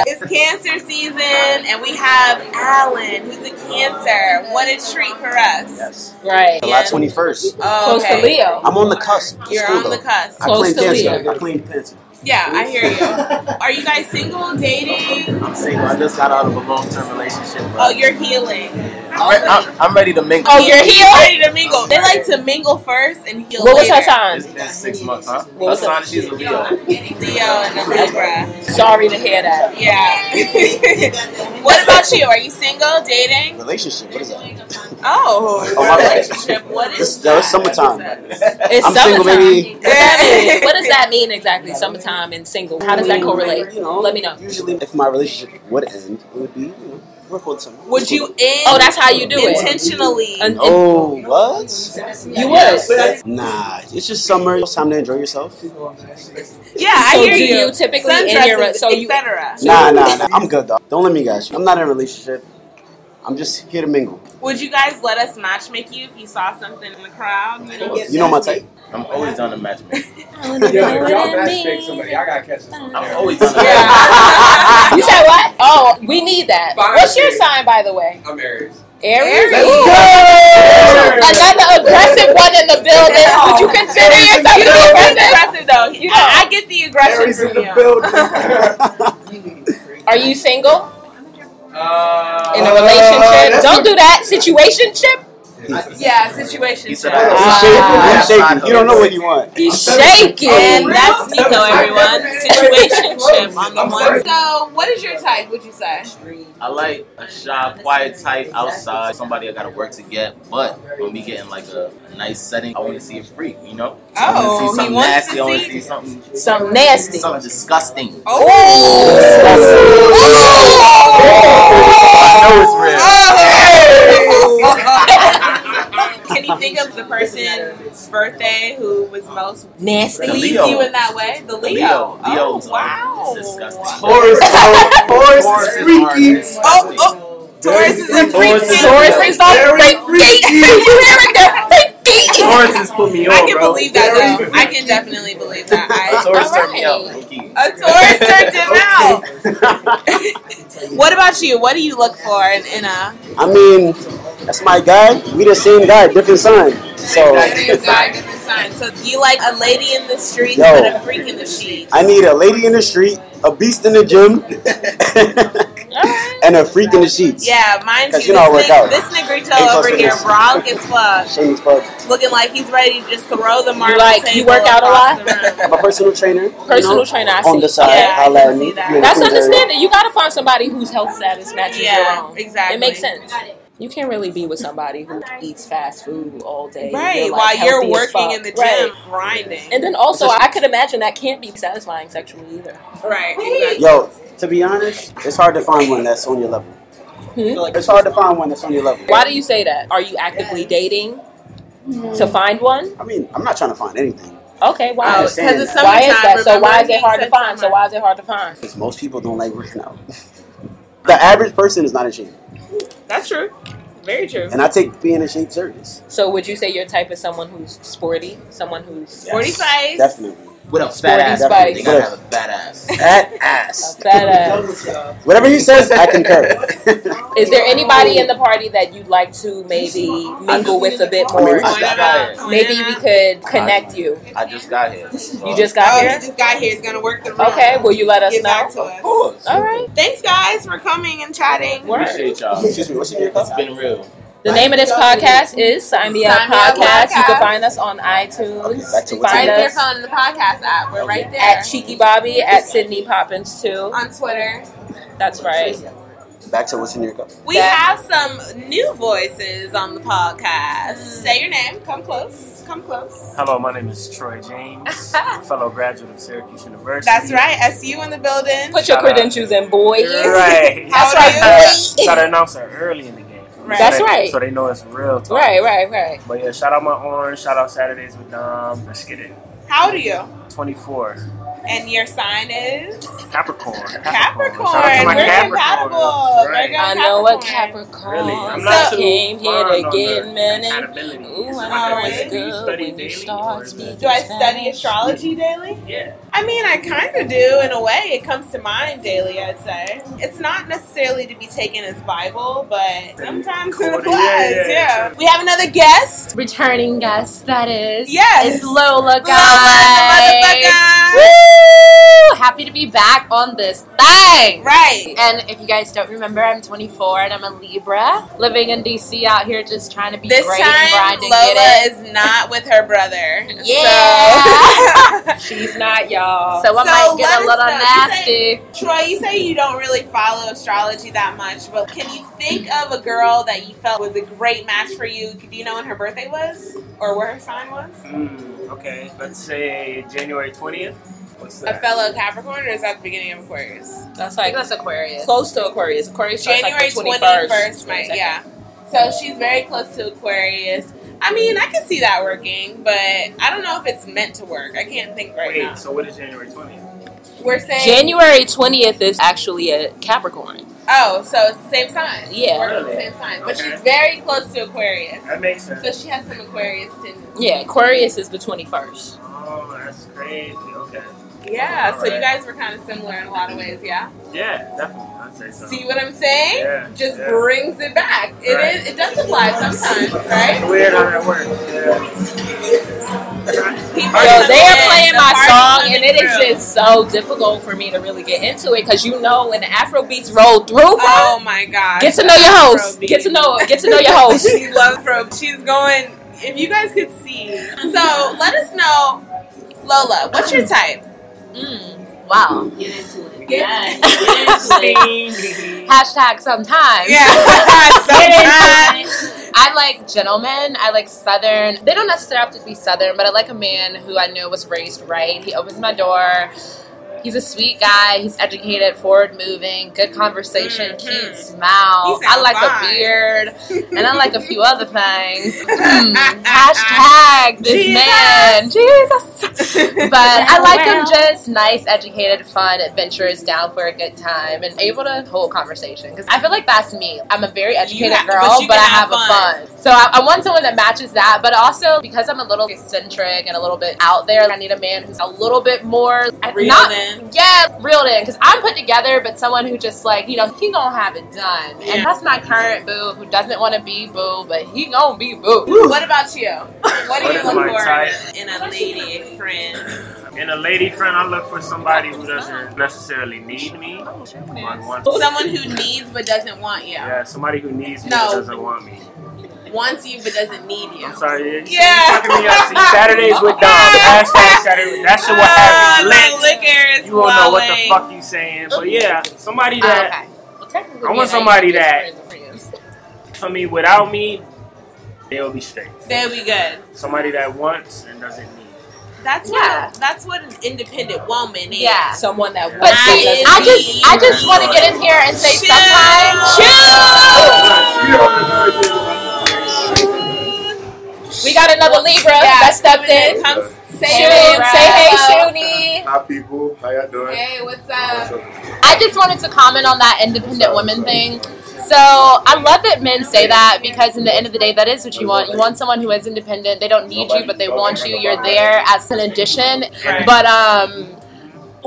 It's cancer season, and we have Alan, who's a cancer. What a treat for us.
Yes.
Right.
July
Yeah.
21st.
Oh,
Close to
okay.
Leo.
I'm on the cusp. of
You're
school,
on the
though.
cusp.
I
Close
claim
to
cancer.
Leo.
I claim cancer.
Yeah, I hear you. Are you guys single, dating?
I'm single. I just got out of a long term relationship.
Oh,
but
you're healing.
I'm, re- I'm, I'm ready to mingle.
Oh, you're healed.
ready to mingle. They like to mingle first and heal
What was her
later.
sign?
It's been six months, huh?
What was
Her sign, she's a Leo.
Leo and a Libra.
Sorry to hear that.
Yeah. what about you? Are you single, dating?
Relationship. What is that?
Oh,
Oh, my bad.
relationship. What
This,
is
that was
that?
summertime.
It's
I'm
summertime.
single, baby.
Yeah.
what does that mean exactly? Summertime and single. How does that correlate?
You know,
Let me know.
Usually, if my relationship would end, it would be you know, work on something.
Would you end
Oh, that's how you do it.
intentionally?
And- and-
Oh, what?
you would.
Nah, it's just summer. It's time to enjoy yourself.
yeah, I
So
hear
do
you.
you typically in
Sundresses,
your so you
etc.
Nah, nah, nah. I'm good though. Don't let me guys. I'm not in a relationship. I'm just here to mingle.
Would you guys let us matchmake you if you saw something in the crowd? You know?
You know my type.
I'm always on the matchmaking.
Yo, if y'all matchmake somebody, I gotta catch this.
I'm always
on the
Yeah.
You said what? Oh, we need that.
Fine.
What's your sign, by the way?
I'm Aries.
Aries.
Let's
Ooh. Another aggressive one in the building. Would you consider yourself
You know, he's
aggressive?
aggressive though. You know, I, I get the aggression
Mary's
from
in the
you.
building.
Are you single
Uh,
in a
Uh,
relationship?
that's
Don't do that. Situationship.
Yeah, situation.
He said
I'm
I-
Ah.
shaking. I'm
Yeah.
shaking. You don't know what you want.
He's
I'm telling you.
shaking.
And that's Nico, everyone. Situationship on the
I'm
one.
sorry.
So, what is your type? Would you say?
I like a shy, quiet type outside. Somebody I gotta work to get, but when we get in like a, a nice setting, I want to see a freak. You know, I
Oh,
want to see
he
something
wants to
nasty. I want to
see-
see something,
Some nasty. Oh.
something disgusting.
Oh.
I know it's real.
Can you think of the person's birthday who was most
Nasty.
The
pleased
Leo.
you in that way? The Leo.
Leo.
Oh,
Leo's
wow.
are disgusting.
Taurus, Taurus,
Taurus
Taurus
is
is freaky.
hard.
Oh, oh. Taurus is a freak.
Taurus is-
Taurus is on
Very
break date. You hearing that? Break date.
Taurus has put me on,
I can
bro.
believe that though. I can definitely believe that. I,
Taurus
All
turned me out.
right.
low-key.
a Taurus turned him out. What about you? What do you look for in, in a?
I mean, that's my guy. We the same guy, different sign. So
So you like a lady in the streets,
Yo.
but a freak in the sheets.
I need a lady in the street, a beast in the gym, and a freak in the sheets.
Yeah, mind
'Cause
you, this,
you know I work
neg-
out.
this
Ain't
negrito
close
over
to
here,
this.
bronk as fuck,
Shame as fuck.
looking like he's ready to just throw the marble
like,
table
you work out a
across
lot?
the room.
My personal trainer.
Personal trainer. I
on the
see.
side.
Yeah, I
holla
can
at me.
see
if
that.
you're in the
That's
Queens area.
understandable. You gotta find somebody whose health status matches your
Yeah,
own.
exactly.
It makes sense. You can't really be with somebody who eats fast food all day.
Right,
You're, like,
while you're
healthy as
working
fuck.
in the gym,
Right.
grinding.
And then also, I could imagine that can't be satisfying sexually either.
Right. exactly.
Yo, to be honest, it's hard to find one that's on your level. It's hard to find one that's on your level.
Hmm? Why do you say that? Are you actively dating to find one?
Hmm. I mean, I'm not trying to find anything.
Okay,
Oh,
why?
'cause it's summertime.
why is that? So
remember
why is
he
it hard to
said
find? So
summer.
why is it hard to find?
Because most people don't like working out. the average person is not in shape.
That's true. Very true.
And I take being in shape serious.
So would you say your type is someone who's sporty, someone who's
Yes,
Forty size.
Definitely.
With a
Sporty
fat ass.
spice.
They gotta have a fat ass.
Fat ass.
fat ass?
Whatever he says, I concur.
Is there anybody
Oh.
in the party that you'd like to maybe mingle with a bit
I mean,
more?
we
Point
just
it
got
out.
here.
Point
Maybe
it
we
out.
could connect you.
I just got here.
You just got
Oh,
here.
he just got here. He's gonna work the room.
Okay, will you let us
Get back
know?
to us.
course.
All right.
Thanks, guys, for coming and chatting.
Appreciate y'all.
Excuse me, what's your name?
It's been real.
The name of this podcast is Sign Me Up
Sign Me Up
Podcast. You
Podcast.
can find us on
Okay,
iTunes.
back to what's
find
Right
in
there
us
phone in the podcast app. We're right there.
at Cheeky Bobby, at Sydney Poppins too.
on Twitter.
That's right.
Back to what's in your cup.
We
That- Mm.
have some new voices on the podcast. Say your name. Come close. Come close.
Hello, my name is Troy James, fellow graduate of Syracuse University.
That's right. SU in the building.
Put your credentials in, boy.
Right.
How
That's
old are
right,
you?
boy.
Got to announce it early in the game.
Right.
So
That's
they-
right.
So they know it's real talk.
Right, right, right.
But yeah, shout out my orange. Shout out Saturdays with Dom. Let's get it.
How old are you?
24.
And your sign is
Capricorn. Capricorn.
Capricorn.
Shout out to my
We're
Capricorn.
compatible.
Right.
Virgo
I know a
Capricorn.
Capricorn.
Really? I'm not
so
too
came here
fond
to
on
get
the
money.
compatibility.
Ooh,
Like,
I know
do
it's
you
good
study
when you
daily or
start
is it-
speaking
Do I study
Spanish.
astrology daily?
Yeah.
I mean, I kind of do in a way. It comes to mind daily, I'd say. It's not necessarily to be taken as Bible, but sometimes it
Cool.
applies.
Yeah, yeah,
Yeah,
yeah,
We have another guest.
Returning guest, that is.
Yes.
It's Lola, guys.
Lola, the motherfucker.
Woo! Happy to be back on this thing.
Right.
And if you guys don't remember, I'm 24 and I'm a Libra, living in DC out here, just trying to be
This
great and
time,
grind and
Lola
get it.
is not with her brother.
Yeah.
So.
She's not, y'all. So I
So
might get a
let us
little
know. You
nasty.
Troy, you say you don't really follow astrology that much, but can you think of a girl that you felt was a great match for you? Do you know when her birthday was or where her sign was?
Mm, okay, let's say January 20th. What's
A
that?
fellow Capricorn, or is that the beginning of Aquarius?
That's
I think
like
that's Aquarius.
close to Aquarius. Aquarius starts
January
like the
twenty
21st.
first, right? Yeah. So she's very close to Aquarius. I mean, I can see that working, but I don't know if it's meant to work. I can't think right
Wait,
now.
so what is January 20th?
We're saying
January 20th is actually a Capricorn.
Oh, so it's the same sign.
Yeah.
We're on the
Really?
same sign, but
Okay.
she's very close to Aquarius,
That makes sense.
so she has some Aquarius tendencies.
Yeah, Aquarius is the 21st.
Oh, that's crazy. Okay.
Yeah. So you
Alright.
guys were kind of similar in a lot of ways. Yeah.
Yeah, definitely. I'd say so.
See what I'm saying?
Yeah,
Just
yeah.
brings it back. It is.
Right.
It does apply sometimes, right?
Weird how that works. Yeah.
People
Yo,
coming
they are
in,
playing
the
my
party
song,
coming
and it is
through.
just so difficult for me to really get into it because you know when the Afro beats roll through, bro,
Oh my god.
get to know your host.
Afrobeat.
Get to know get to know your host.
she loves Pro. She's going. If you guys could see, so let us know, Lola. What's your type?
Mm, wow.
Get into it.
Yes.
Hashtag sometimes.
Yeah.
I like gentlemen. I like southern. They don't necessarily have to be southern, but I like a man who I know was raised right. He opens my door. He's a sweet guy. He's educated, forward moving, good conversation, cute smile.
He sound
I like
fine.
a beard, and I like a few other things. Hmm. Hashtag this
Jesus.
man, Jesus. But I
Oh,
like him
Well.
just nice, educated, fun, adventurous, down for a good time, and able to hold conversation. Because I feel like that's me. I'm a very educated
ha- but
girl,
you
but, I
can
have
have
a fun. So I, I want someone that matches that. But also because I'm a little eccentric and a little bit out there, I need a man who's a little bit more
Real
not.
in.
Yeah, reeled in because I'm put together, but someone who just like you know he gonna have it done,
Yeah.
and that's my current boo who doesn't want to be boo, but he gonna be boo.
What about you? What do
What
you
is
look
my type?
for in a, in a lady friend?
In a lady friend, I look for somebody who doesn't necessarily need me. On one-
Oh, Someone who needs but doesn't want you.
Yeah, somebody who needs me
No.
but doesn't want me.
Wants you but doesn't need you.
I'm sorry. you- You
Yeah.
fucking me up. See, Saturdays with Dom. Hashtag Saturday. That shit what happened.
Ah, the
Lent.
liquor is
You won't know what the
flowing.
fuck you saying. But yeah, somebody
Oh,
that
okay. Well, technically,
I want
me and
somebody
used to be
that-
friends of friends.
for me without me, they'll be straight.
There we good.
Somebody that wants and doesn't need.
That's
Yeah.
what that's what an independent woman is.
Yeah.
Someone that
But
wants
I
see,
am
it.
I just,
the-
I just want to get in here and say
Chill.
sometimes. We got another Libra
Yeah.
that stepped in.
Come say
Shoot,
hey,
say hey,
Libra.
Shuni.
Hi, people. How y'all doing?
Hey, what's
What's
up?
up?
I just wanted to comment on that independent woman thing. So I love that men say that because in the end of the day, that is what you want. You want someone who is independent. They don't need you, but they want you. You're there as an addition.
Right.
But um,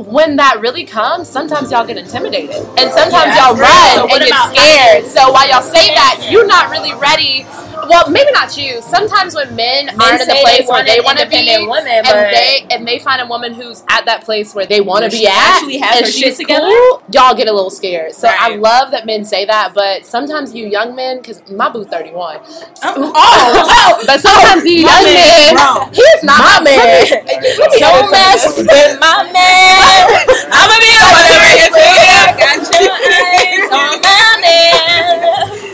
when that really comes, sometimes y'all get intimidated, and sometimes
Yeah,
y'all run
that's real. So what
and get
about-
scared. So while y'all say that, you're not really ready. Well, maybe not you. Sometimes when men, aren't in the place where they want to be,
independent women,
and
but
they and they find a woman who's at that place where they want to
Where
be
she
at,
actually has
and
her
she's
shit together?
cool, y'all get a little scared. So I
Right.
love that men say that, but sometimes you young men, because my boo thirty one.
Oh,
but sometimes you young men, he's not my man. Don't mess with my man.
I'm gonna be a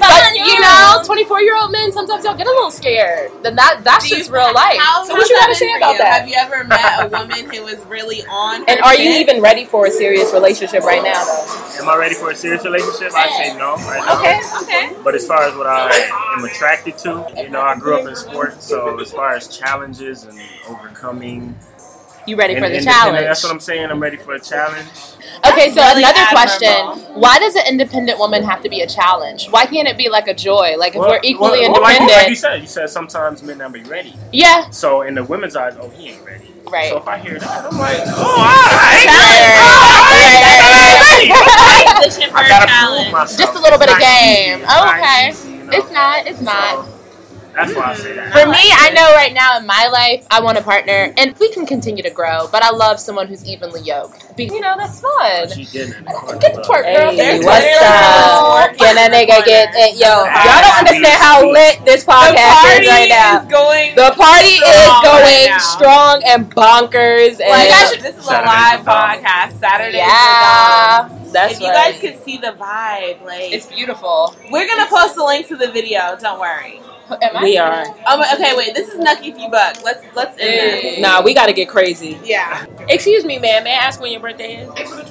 But you know, twenty four year old men sometimes y'all get a little scared. Then that that's
Do you-
just real life.
How
So
has
what you
that
gotta
been
say
for
about
you?
that?
Have you ever met a woman who was really on?
And
her
are you
shit?
even ready for a serious relationship right now, though?
Am I ready for a serious relationship? I say no right now.
Okay.
Okay.
But as far as what I am attracted to, you know, I grew up in sports, so as far as challenges and overcoming
You ready for
And-
the
and- and
challenge?
that's what I'm saying. I'm ready for a challenge.
Okay, so
Really
another
admirable.
question: Why does an independent woman have to be a challenge? Why can't it be like a joy? Like if
Well,
we're equally
well, like-
independent,
Like, you said, you said sometimes men not be ready.
Yeah.
So in the women's eyes, oh, he ain't ready.
right?
So if I hear that, I'm like, oh, I gotta prove myself.
Just a little bit of
It's not
game.
easy. It's
Oh,
not
okay,
easy, you know?
it's not. It's not.
That's why I say that.
uh,
For me, I know right now in my life, I want a partner, and we can continue to grow. But I love someone who's evenly yoked. Be- you know, that's fun.
She didn't.
Get the twerk, girl.
Hey,
There's
what's
literally
up?
no twerk. Can a nigga get it? Yo, y'all don't understand how lit this
The
podcast
party
is right now.
is going
The party is
strong
going
right now.
strong and bonkers. And
Well, you guys should, this is a live
Saturdays
podcast. Saturday.
Yeah, that's
If you
right.
guys could see the vibe, like it's
beautiful.
We're gonna post the link to the video. Don't worry.
Am I- We are.
Um, okay, wait. This is Nucky Few Buck. Let's let's end this.
Nah, we gotta get crazy.
Yeah.
Excuse me, ma'am. May I ask when your birthday is?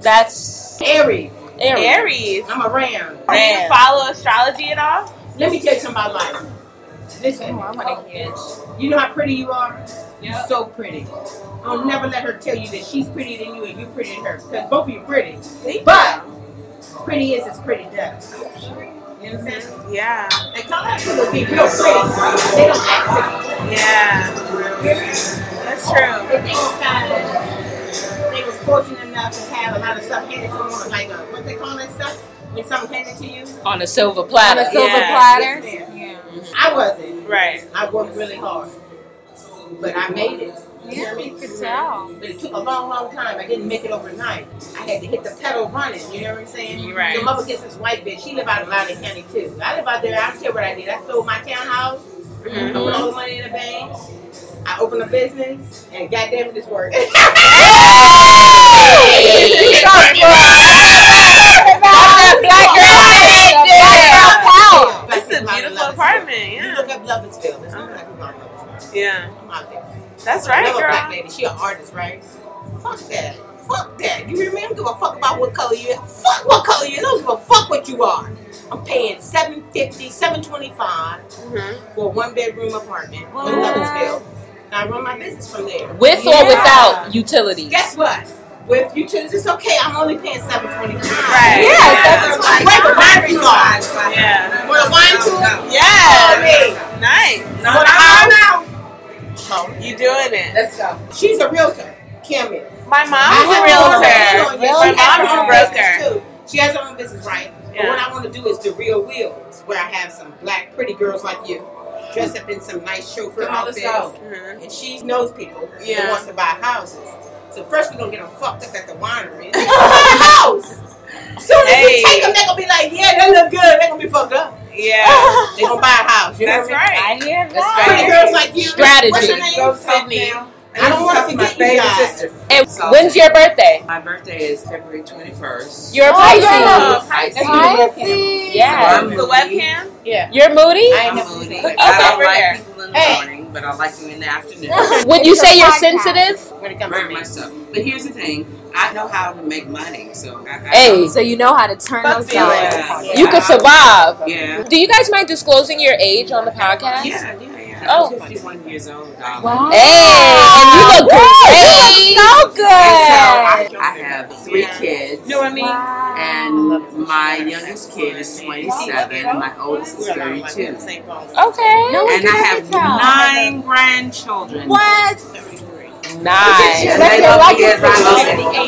That's
Aries.
Aries.
Aries.
I'm a ram.
Do you follow astrology at all?
Let me tell you something about life. Listen, you know how pretty you are? You're so pretty. I'll never let her tell you that she's prettier than you and you're prettier than her because both of you are pretty. But pretty is as pretty does. You understand?
Yeah.
They call that people be real pretty. They don't act pretty.
Yeah.
That's true. They think that they was fortunate enough to have a lot of stuff handed to them, like a, what they call that stuff? When something handed to you?
On a silver platter.
On a silver
Yeah.
platter. Yeah. I wasn't.
Right.
I worked really hard. But I made it. You know what I mean?
could tell.
But it took a long, long time. I didn't make it overnight. I had to hit the pedal running. You know what I'm saying?
You're right.
So mother gets this white bitch. She live out in Loudoun County too. I live out there. I don't care what I did. I sold my townhouse. I put all the money in the bank. I opened a business, and goddamn it, this worked.
This is a beautiful apartment. Yeah.
You look up Lovettsville. There's nothing like Lovettsville.
Yeah.
I'm out there.
That's
I
right,
love a
girl.
black lady. She an artist, right? Fuck that. Fuck that. You hear me? I don't give a fuck about what color you are. Fuck what color you are. I don't give a fuck what you are. I'm paying seven fifty, seven twenty five for a one bedroom apartment in Lovettsville. And I run my business from there.
With or without utilities.
Guess what? With utilities, it's okay. I'm only paying seven twenty five.
Right. Yeah,
that's like where the boundaries are.
Yeah.
With a wine too.
Yeah. Nice. Oh,
Well, I'm
You doing it.
Let's go. She's a realtor. Kim is.
My
I
mom's a realtor.
have own business.
My
She has her own
mom's a broker.
business, too. She has her own business, right? But
Yeah.
what I want to do is the real wheels, where I have some black pretty girls like you, dressed up in some nice chauffeur
Come on, let's
outfits,
go.
and she knows people
Yeah.
that wants to buy houses. So first we're gonna get them fucked up at the winery. They gonna buy a house. Soon as
Hey.
we take them, they're gonna be like, "Yeah, they look good. They're gonna be fucked up."
Yeah.
they gonna buy a house. You know
That's
what I mean?
right. I hear
That's
that.
Pretty girls like you.
Strategy.
What's your name?
Go,
Sydney. I don't want to
My
forget you
favorite
guys.
sister. And when's your birthday?
My birthday is February Oh, 21st.
You're a Pisces. Yeah.
So I'm
The webcam?
Yeah.
You're moody?
I'm moody. I don't like people in the morning, but I like them in the afternoon.
Would you say you're sensitive?
When it comes Very much so. But here's the thing. I know how to make money, so I, I
Hey.
so you know how to turn
those dollars. You could survive.
Yeah.
Do you guys mind disclosing your age on the podcast?
Yeah, yeah.
Oh.
I'm 51 years old. darling.
Wow. Hey, and you look great. so good.
And so I, I have three kids. You know what I mean? And my youngest kid is 27, and my oldest is 32.
Okay.
and I have nine grandchildren. What?
Nice.
That's your legacy.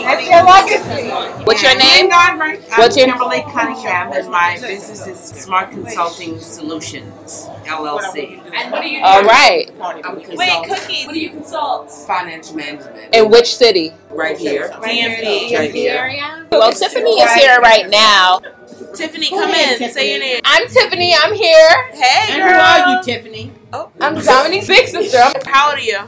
That's your legacy.
What's your name?
What's
What's
your
your-
Kimberly Cunningham, and my business is Smart Consulting Solutions LLC.
And what do you do?
All right.
I'm a
Wait,
consultant.
cookies. What do you consult?
Financial management.
In which city?
Right here.
DMV.
Right here.
Well, Tiffany is here right now.
Tiffany, come in. Say your name.
I'm Tiffany. I'm here.
Hey,
And
girl.
who are you,
Tiffany?
Oh.
I'm Dominique's big sister. I'm-
How old are you?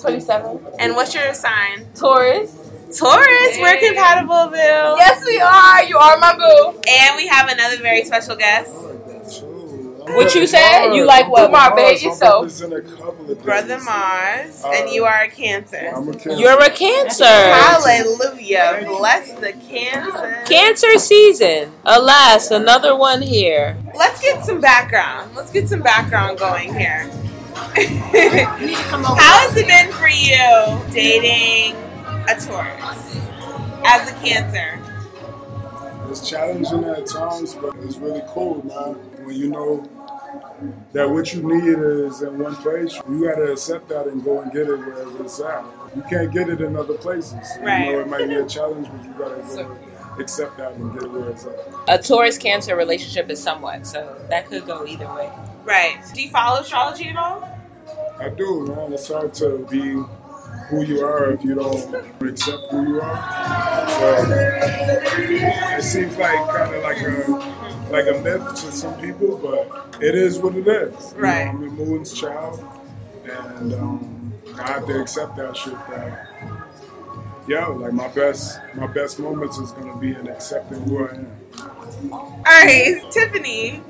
27.
And what's your sign?
Taurus.
Taurus. We're compatible, Bill.
Yes, we are. You are my boo.
And we have another very special guest.
What you said? You like what? My baby, so.
Brother Mars, and you are a Cancer.
You're a Cancer.
Hallelujah. Bless the Cancer.
Cancer season. Alas, another one here.
Let's get some background. Let's get some background going here.
How has it been for you dating a Taurus as a Cancer?
It's challenging at times, but it's really cool, man. When you know that what you need is in one place, you gotta accept that and go and get it wherever it's at. You can't get it in other places.
Right.
You know, it might be a challenge, but you gotta go accept that and get it where it's at.
A Taurus Cancer relationship is somewhat, so that could go either way.
Right. Do you follow astrology at all?
I do, man. It's hard to be who you are if you don't accept who you are. So it seems like kind of like a like a myth to some people, but it is what it is. You know,
Right.
I'm a moon's child, and um, I have to accept that shit. That yeah, like my best my best moments is gonna be in accepting who I am.
All right, Tiffany.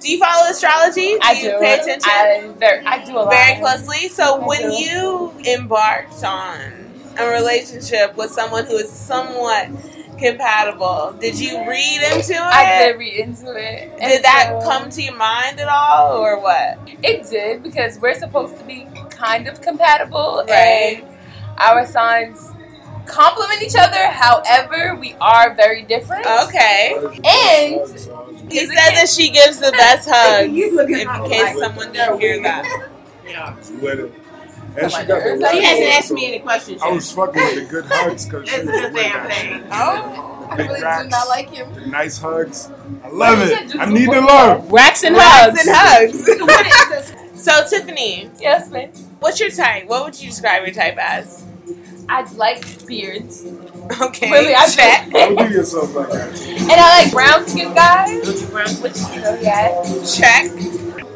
Do you follow astrology?
I
you
do.
Pay attention.
I'm very, I do a lot.
Very closely. So
I
when
do.
you embarked on a relationship with someone who is somewhat compatible, did you read into it?
I did read into it. uh,
Did that come to your mind at all, or what?
It did because we're supposed to be kind of compatible
Right.
and our signs complement each other. However, we are very different.
Okay.
And
He said that she gives the best hugs. in case someone didn't hear that.
With it. And she got the
He hasn't asked me any questions.
I was fucking with the good hugs because she
This
was
is
with
a damn
that shit.
thing.
Oh.
Oh, I really do not like him. Nice hugs. I
love
love
it.
it. I need the love.
Wax and
Hugs and hugs. so Tiffany.
Yes, ma'am.
What's your type? What would you describe your type as?
I like beards.
Okay.
Really, I
check.
Don't do yourself like that.
And I like brown skin guys. Which you know, yes.
Check.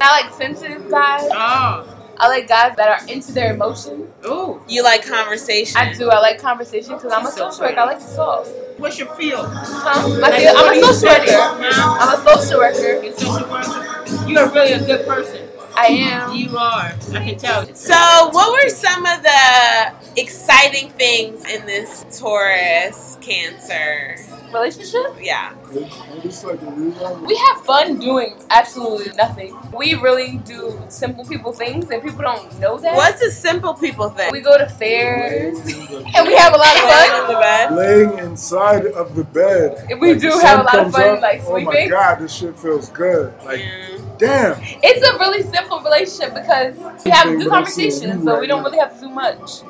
I like sensitive guys. Oh. I like guys that are into their emotions.
Ooh.
You like conversation.
I do. I like conversation because I'm a social worker. I like to talk.
What's your field?
My field- I'm a social worker. I'm a social worker.
You are really a good person.
I am.
You are. I can tell.
So, what were some of the exciting things in this Taurus Cancer
relationship?
Yeah.
We have fun doing absolutely nothing. We really do simple people things, and people don't know that.
What's a simple people thing?
We go to fairs, and we have a lot of fun.
Laying inside of the bed.
We do
the
have
sun
a lot of
comes
fun, like,
Oh my
sleeping.
god, this shit feels good. Like, damn.
It's a really simple relationship because we have good conversations, so we don't really have to do much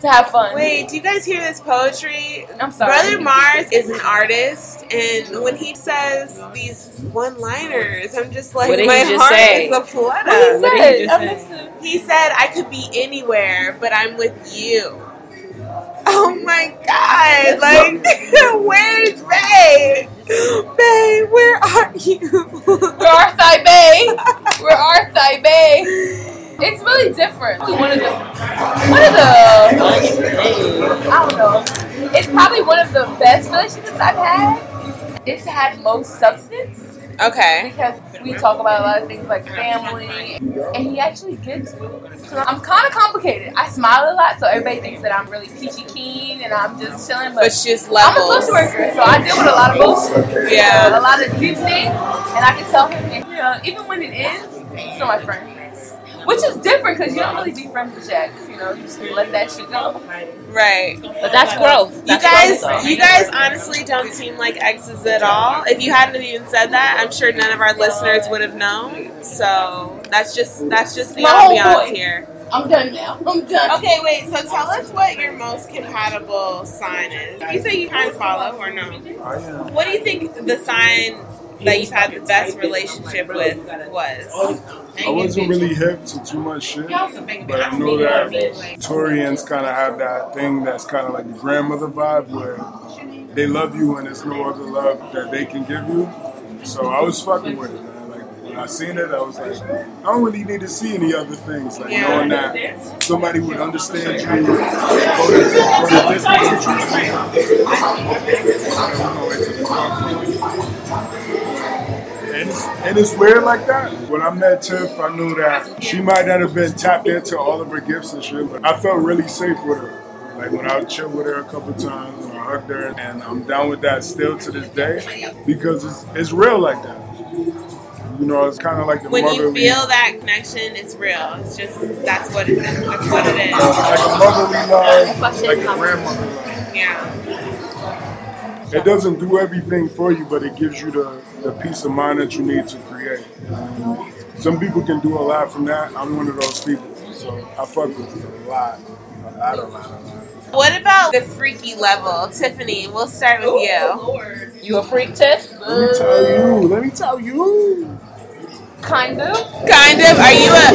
to have fun.
Wait, do you guys hear this poetry?
I'm sorry.
Brother Mars is an artist, and when he says these one-liners, I'm just like,
What did he
my
just
heart
say?
is a flutter.
What did he What did he say? just
He said, "I could be anywhere, but I'm with you." Oh my god! Like, where's Babe? Babe, where are you?
We're our side bay. We're our side bay. It's really different. One of the one of the I don't know. It's probably one of the best relationships I've had. It's had most substance
Okay.
because we talk about a lot of things like family, and he actually gets me. So I'm kind of complicated. I smile a lot, so everybody thinks that I'm really peachy keen and I'm just chilling. But,
But she's
I'm a
levels.
social worker, so I deal with a lot of bullshit.
Yeah.
a lot of deep things, and I can tell him, and, you know, even when it ends, he's still my friend. Which is different because you don't really be friends with Jax, you know, you just let that shit go.
Right.
But that's growth.
You
That's
guys,
growth, though.
you guys honestly don't seem like exes at all. If you hadn't have even said that, I'm sure none of our listeners would have known. So that's just that's just the
My whole
ambiance
point.
here.
I'm done now. I'm done.
Okay, wait. So tell us what your most compatible sign is. You say you kind of follow or no? What do you think the sign that you've had the best relationship with was?
I wasn't really hip to too much shit, but I know that Taurians kind of have that thing that's kind of like the grandmother vibe where they love you and there's no other love that they can give you. So I was fucking with it, man. Like when I seen it, I was like, I don't really need to see any other things. Like
Yeah.
knowing that somebody would understand you, go the, go the distance And it's, and it's weird like that. When I met Tiff, I knew that she might not have been tapped into all of her gifts and shit, but I felt really safe with her. Like when I chilled with her a couple times, when I hugged her, and I'm down with that still to this day because it's, it's real like that. You know, it's kind of like the
When you
motherly-
feel that connection, it's real. It's just that's what it is. That's what it is.
like a motherly love, like a grandmother love. It doesn't do everything for you, but it gives you the, the peace of mind that you need to create. Some people can do a lot from that. I'm one of those people. So I fuck with it a lot. A lot, a lot, a lot.
What about the freaky level, Tiffany? We'll start with you.
You a freak, Tiff?
Let me tell you. Let me tell you.
Kind of.
Kind of. Are you a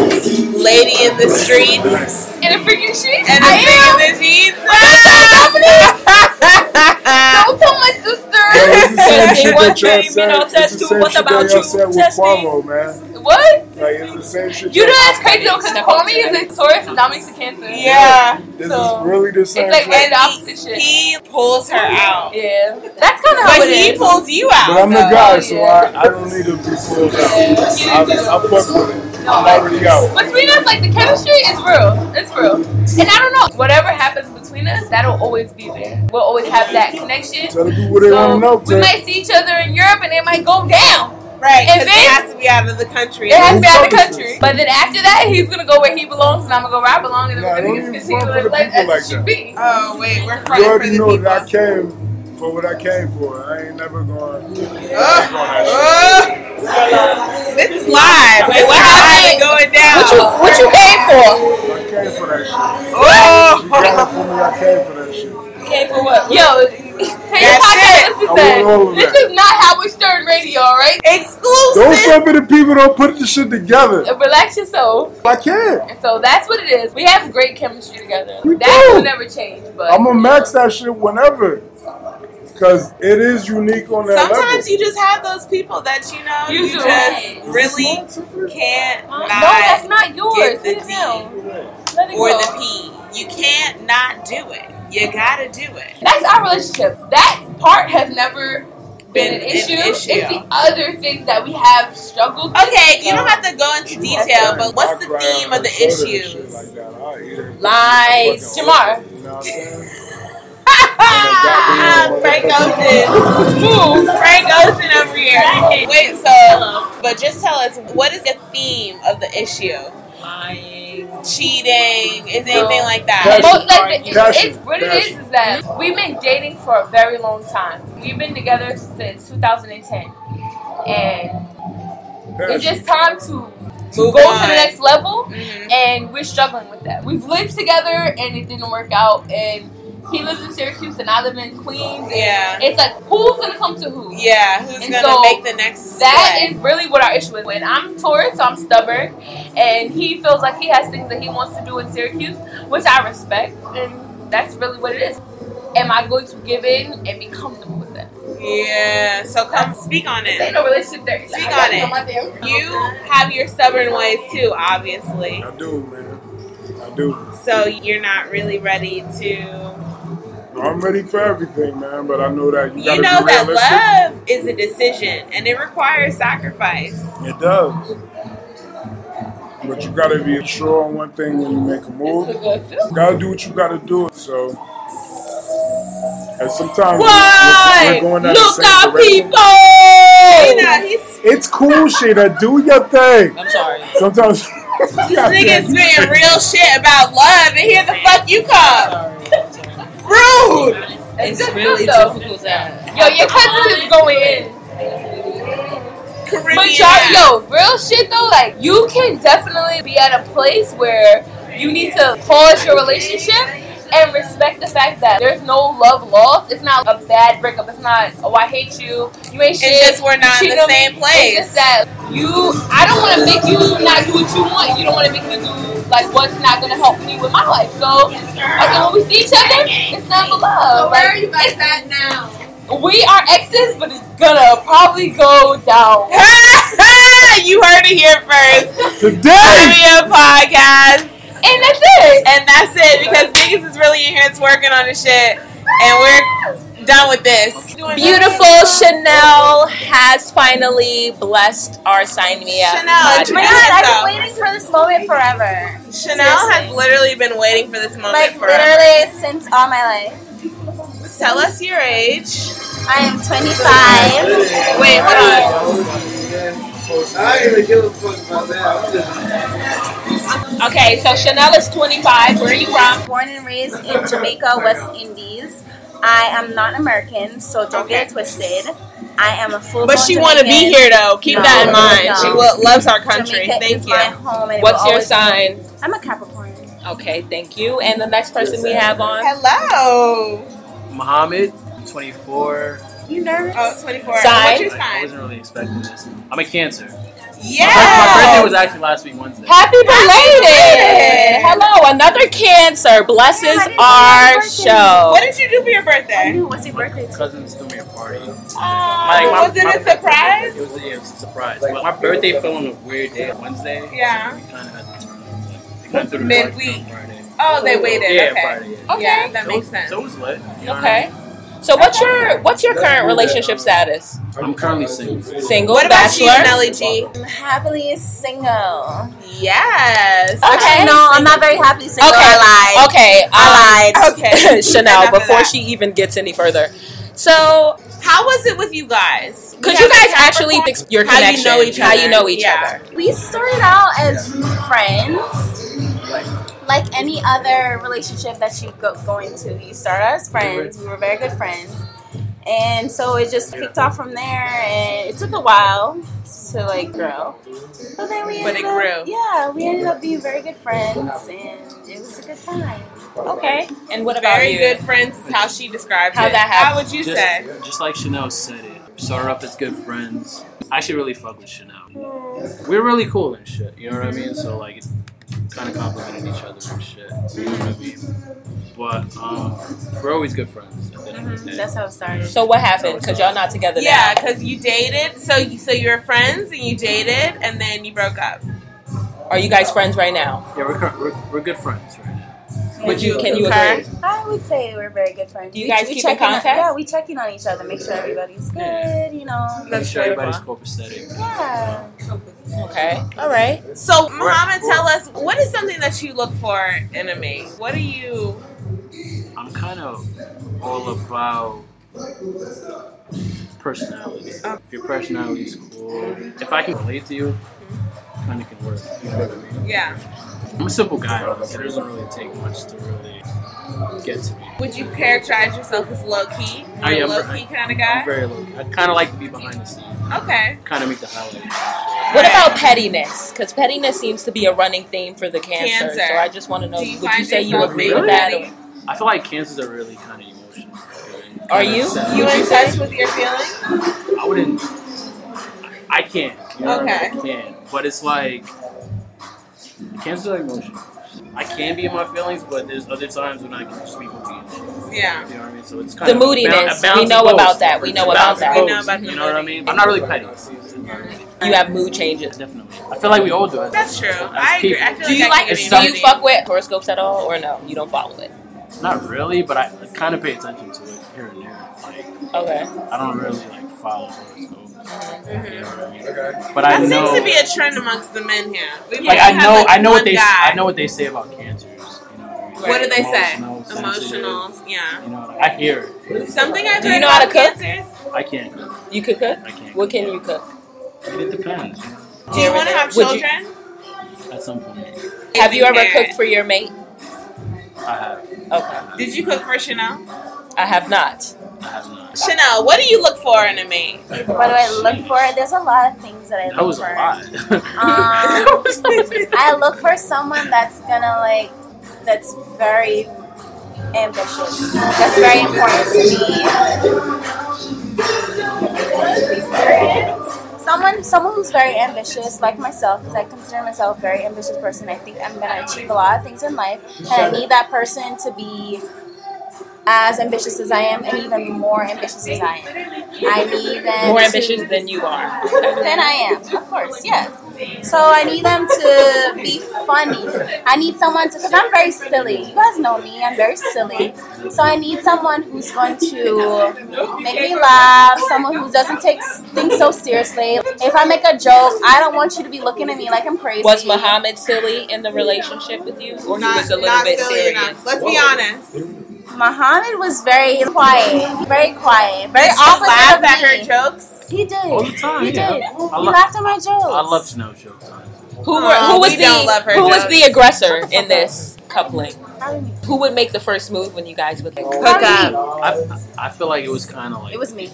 lady in the streets?
In a freaking sheet?
And a
I am.
freak in the sheets?
Don't tell my sister.
It's the same
Anything,
shit
one
that y'all
thing, you
said.
know,
It's the
tattoo,
same
what
shit
about
that y'all
you?
said with
Testing.
Cuomo, man.
What?
Like it's the same shit.
You know
y'all-
that's crazy though, because Comey is a Taurus and Dominic's a Cancer.
Yeah.
This is really the same.
It's like
shit.
and opposite shit.
He pulls her out.
Yeah. That's kind of how
But
it
he
is.
pulls you
But I'm
out.
the guy, so I, I don't need to be pulled out. I, I fuck with it. I'm already out.
Between us, like the chemistry is real. It's real. And I don't know, whatever happens between us, that'll always be there. We'll always have that connection.
Tell the people they want to know.
We
Tay.
might see each other in Europe and it might go down.
Right.
And
Because it
then-
has to be out of the country.
It has to be out of the country. But then after that, he's gonna go where he belongs and I'm gonna go where I belong and then we're
don't
gonna
even
just
front
continue
for the
to live
people
as
like
it should
that.
be.
Oh, wait, we're
You already know that I came for what I came for. I ain't never going.
Ah. This is live. This is live going down.
What you what
Ah.
you came for?
I came for that shit.
Oh.
You got it for me. I came for that shit.
Okay, for what? Yo, take your
That's
podcast.
I
This is
want all of
This
that.
is not Howard Stern radio, all right?
Don't
Exclusive.
tell me the people don't put the shit together.
Relax yourself.
I can't.
And so that's what it is. We have great chemistry together.
We
that
do.
will never change. But
I'm gonna max that shit whenever, cause it is unique on that
Sometimes you just have those people that you know
You
you,
do.
just really can't
no, that's
not
not yours.
get the
Let it down. Let it
or
go.
the P. You can't not do it. You gotta do it.
That's our relationship. That part has never been an
Been an
issue. It's
issue.
the other things that we have struggled with.
Okay, you don't have to go into detail, but what's the theme of the issues?
level.
Lies.
Jamar.
You know what I'm saying?
Ah, Frank Ocean. Move. Frank Ocean over here. Wait, so, but just tell us, what is the theme of the issue? Lying. Cheating. Is anything like that?
Most, like, the-
Passion.
it's, what it is is that we've been dating for a very long time. We've been together since 2010. And it's just time to
Move
go
on.
to the next level.
Mhm.
and we're struggling with that. We've lived together and it didn't work out, and he lives in Syracuse and I live in Queens. and
Yeah.
It's like who's gonna come to who?
Yeah, who's
And
gonna
so
make the next
That
play?
is really what our issue is. When I'm Taurus, so I'm stubborn, and he feels like he has things that he wants to do in Syracuse, which I respect, and that's really what it is. Am I going to give in and be comfortable with that?
Yeah, so come speak on
This ain't
it.
no relationship there.
Speak on it. You have your stubborn ways too, obviously.
I do, man. I do.
So you're not really ready to.
I'm ready for everything, man. But I know that you,
You know
gotta be realistic.
that love is a decision and it requires sacrifice.
It does. But you gotta be sure on one thing when you make a move. You gotta do what you gotta do. So, and sometimes we're-
Why?
we're going out
Look
the same
out,
direction.
You know, he's
It's cool, Shada. Do your thing.
I'm sorry.
Sometimes.
this nigga's being real shit about love and here the fuck you come. Rude!
It's
just
really
though.
difficult to
Yo, your cousin is going in.
Caribbean.
But y'all, yo, real shit though, like you can definitely be at a place where you need to pause your relationship and respect the fact that there's no love lost. It's not a bad breakup. It's not oh I hate you. You ain't
It's
shit.
just we're not
You cheated
in the
on me.
same place.
It's just that you. I don't want to make you not do what you want. You don't want to make me do like what's not gonna help me with my life. So okay, when we see each other, it's not for love. Like,
you guys at now?
we are exes, but it's gonna probably go down.
you heard it here first.
Today!
Caribbean podcast.
And that's it.
And that's it because niggas is really in here it's working on the shit. And we're done with this.
Beautiful Chanel has finally blessed our sign me up.
Chanel, it's
podcast.
my-
I've been waiting for this moment forever.
Chanel has literally been waiting for this moment
Like
forever.
literally since all my life.
Tell us your age.
I am 25.
Wait, hold on.
folks. I don't even give a fuck about that. I'm just.
Okay, so Chanel is 25. Where are you from?
Born and raised in Jamaica, West Indies. I am not American, so don't get it twisted. I am a full.
But she want to be here though. Keep that in mind. She lo- loves our country.
Jamaica
Thank
is
you.
my home, and it
What's
will
your
always be-
sign?
I'm a Capricorn.
Okay, thank you. And the next person we have on.
Hello.
Muhammad, 24.
You nervous? Oh, 24.
Like,
What's your
I
sign?
wasn't really expecting this. I'm a Cancer.
Yeah.
My, my birthday was actually last week, Wednesday.
Happy belated!
belated.
Hello, another Cancer blesses our show.
What did you do for your birthday?
What's your birthday?
Cousins threw me a party. Oh,
was it a surprise?
It was, a, yeah, it was a surprise. But my birthday fell on a weird day, Wednesday.
Yeah.
They kind of threw the party
Midweek.
on Friday.
Oh, they waited.
Yeah,
okay.
Friday.
Okay. Yeah, that makes sense.
So it was lit. You know what I
Okay. So what's your what's your current relationship status?
mean? I'm currently single.
Single,
What about you,
bachelor?
Nelly G?
I'm happily single.
Yes.
Actually, no, I'm not very happily single.
Okay.
I lied.
Okay.
I
um,
lied.
Okay.
Chanel,
Enough of
before
that.
she even gets any further. So,
how was it with you guys?
Could you guys actually fix your
How you
connection?
know each
How you
other.
know each
Yeah.
other.
We started out as friends. Like any other relationship that you go, go into, you start out as friends. We were very good friends. And so it just kicked off from there, and it took a while to like grow. But then we
But it
ended up,
grew.
Yeah, we ended up being very good friends, and it was a good time.
Okay. And what about
Very
you?
good friends is how she describes
How
it.
that
How
happened?
would you
just,
say?
Just like Chanel said it. Started off as good friends. I should really fuck with Chanel. We're really cool and shit. You know what I mean? So like, it's kind of complimented each other and shit. You know what I mean? But um, we're always good friends. At the end of the day.
That's how it started.
So what happened? Because y'all not together
Yeah,
now.
because you dated. So you so you were friends and you dated and then you broke up.
Are you guys friends right now?
Yeah, we're, cur- we're, we're good friends right now.
Would you? Can you
Okay.
agree?
I would say we're very good friends.
Do you guys keep in
check on-
contact?
yeah, we checking on each other, make sure everybody's good. You know.
Make sure everybody's copacetic.
Yeah.
Okay. All right.
So Muhammad, tell us what is something that you look for in a mate? What do you?
I'm kind of all about personality.
Oh.
If your personality is cool, if I can relate to you, kind of can work. You know what I mean?
Yeah.
I'm a simple guy, honestly. It doesn't really take much to really get to me.
Would you characterize yourself as low key?
I am
low
very-
key kind of
I'm
guy.
very low. I kind of like to be behind the scenes,
Okay.
kind of make the highlights.
What about pettiness? Because pettiness seems to be a running theme for the cancer.
Cancer.
So I just want to know:
Do you
Would you
find
say you
yourself
agree
being
with that?
petty?
I feel like cancers are really kind of emotional. Kinda
Are you?
sad.
You in touch with your feelings?
I wouldn't. I can't. You know what I mean? I can't. But it's like cancers are emotional. I can be in my feelings, but there's other times when I can just be moody. and shit.
Yeah.
You know what I mean? So it's kind
The
of
moodiness.
ba- a
We know
balance of
about
both.
that. We know
It's a
about
balance
that.
of
We know
both.
about the
You know what I mean? I'm not really petty.
You have mood changes.
Definitely. I feel like we all do it.
That's true.
That's
I agree.
people.
I feel
Do you
like, I
like?
can
Do
get
you fuck with horoscopes at all, or no? You don't follow it.
Not really, but I kind of pay attention to it here and there. Like,
Okay.
I don't really like follow horoscopes. You know what I mean?
Mm-hmm.
But
That
I know.
seems to be a trend amongst the men here. We
like
probably
I
have,
know,
like,
I know
one
what they,
guy.
I know what they say about cancers. You know,
What do they say?
emotional, sensitive,
Emotional. Yeah.
You know, I hear it.
Something I've
Do
heard
you know how to
about
cook?
cancers.
I can't. cook.
You could cook.
I can't.
What can you cook?
It depends.
Do you want to have
Oh, Would you-
children?
At some point,
Have you ever
Parent.
cooked for your mate?
I have.
Okay.
Did you cook for Chanel?
I have not.
I have not.
Chanel, what do you look for in a mate?
What do I look for? There's a lot of things that I
That
look
was a
for.
lot.
Um, I look for someone that's gonna like that's very ambitious. That's very important to me. Someone, someone who's very ambitious, like myself, because I consider myself a very ambitious person. I think I'm gonna achieve a lot of things in life, and I need that person to be as ambitious as I am, and even more ambitious as I am. I need them
More
to-
ambitious than you are.
than I am, of course, yes. So I need them to be funny. I need someone to, because I'm very silly. You guys know me, I'm very silly. So I need someone who's going to make me laugh, someone who doesn't take s- things so seriously. If I make a joke, I don't want you to be looking at me like I'm crazy.
Was Muhammad silly in the relationship with you, or he was a little bit serious?
Let's be honest.
Muhammad was very quiet, very quiet, very
They all
opposite
laugh
of
at
me.
her jokes.
He did.
All the time,
He
yeah.
did.
I
You
love-
laughed at my jokes.
I love to know jokes.
Who were, who was
we don't
the
love her
who was
jokes.
the aggressor in this coupling? Who would make the first move when you guys would hook
I, I feel like it was kind of like
It was me.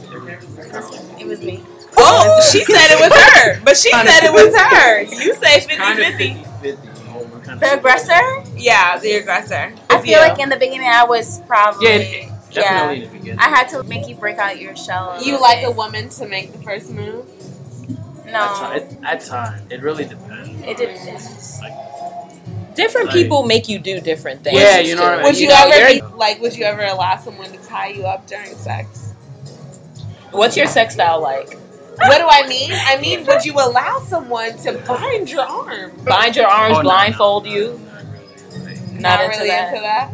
It was me.
Oh, she said it was her, but she
Kinda
said it was her. You say 50
Kinda
50.
The aggressor?
Yeah, the aggressor.
I feel like in the beginning I was probably.
Yeah, it- definitely in the beginning.
I had to make you break out your shell. a
You
little
like
bit.
a woman to make the first move? Mm-hmm.
At,
No.
ti- at, at time, it really depends.
It didn't.
Different
Like-
people make you do different things.
Yeah, you know what I mean?
Would
You
you,
know,
ever
you're-
be, like? Would you ever allow someone to tie you up during sex?
What's your sex style like?
What do I mean? I mean, would you allow someone to bind your arm?
Bind your arms,
Oh, no, no,
blindfold you. Not, into
really
that.
into that.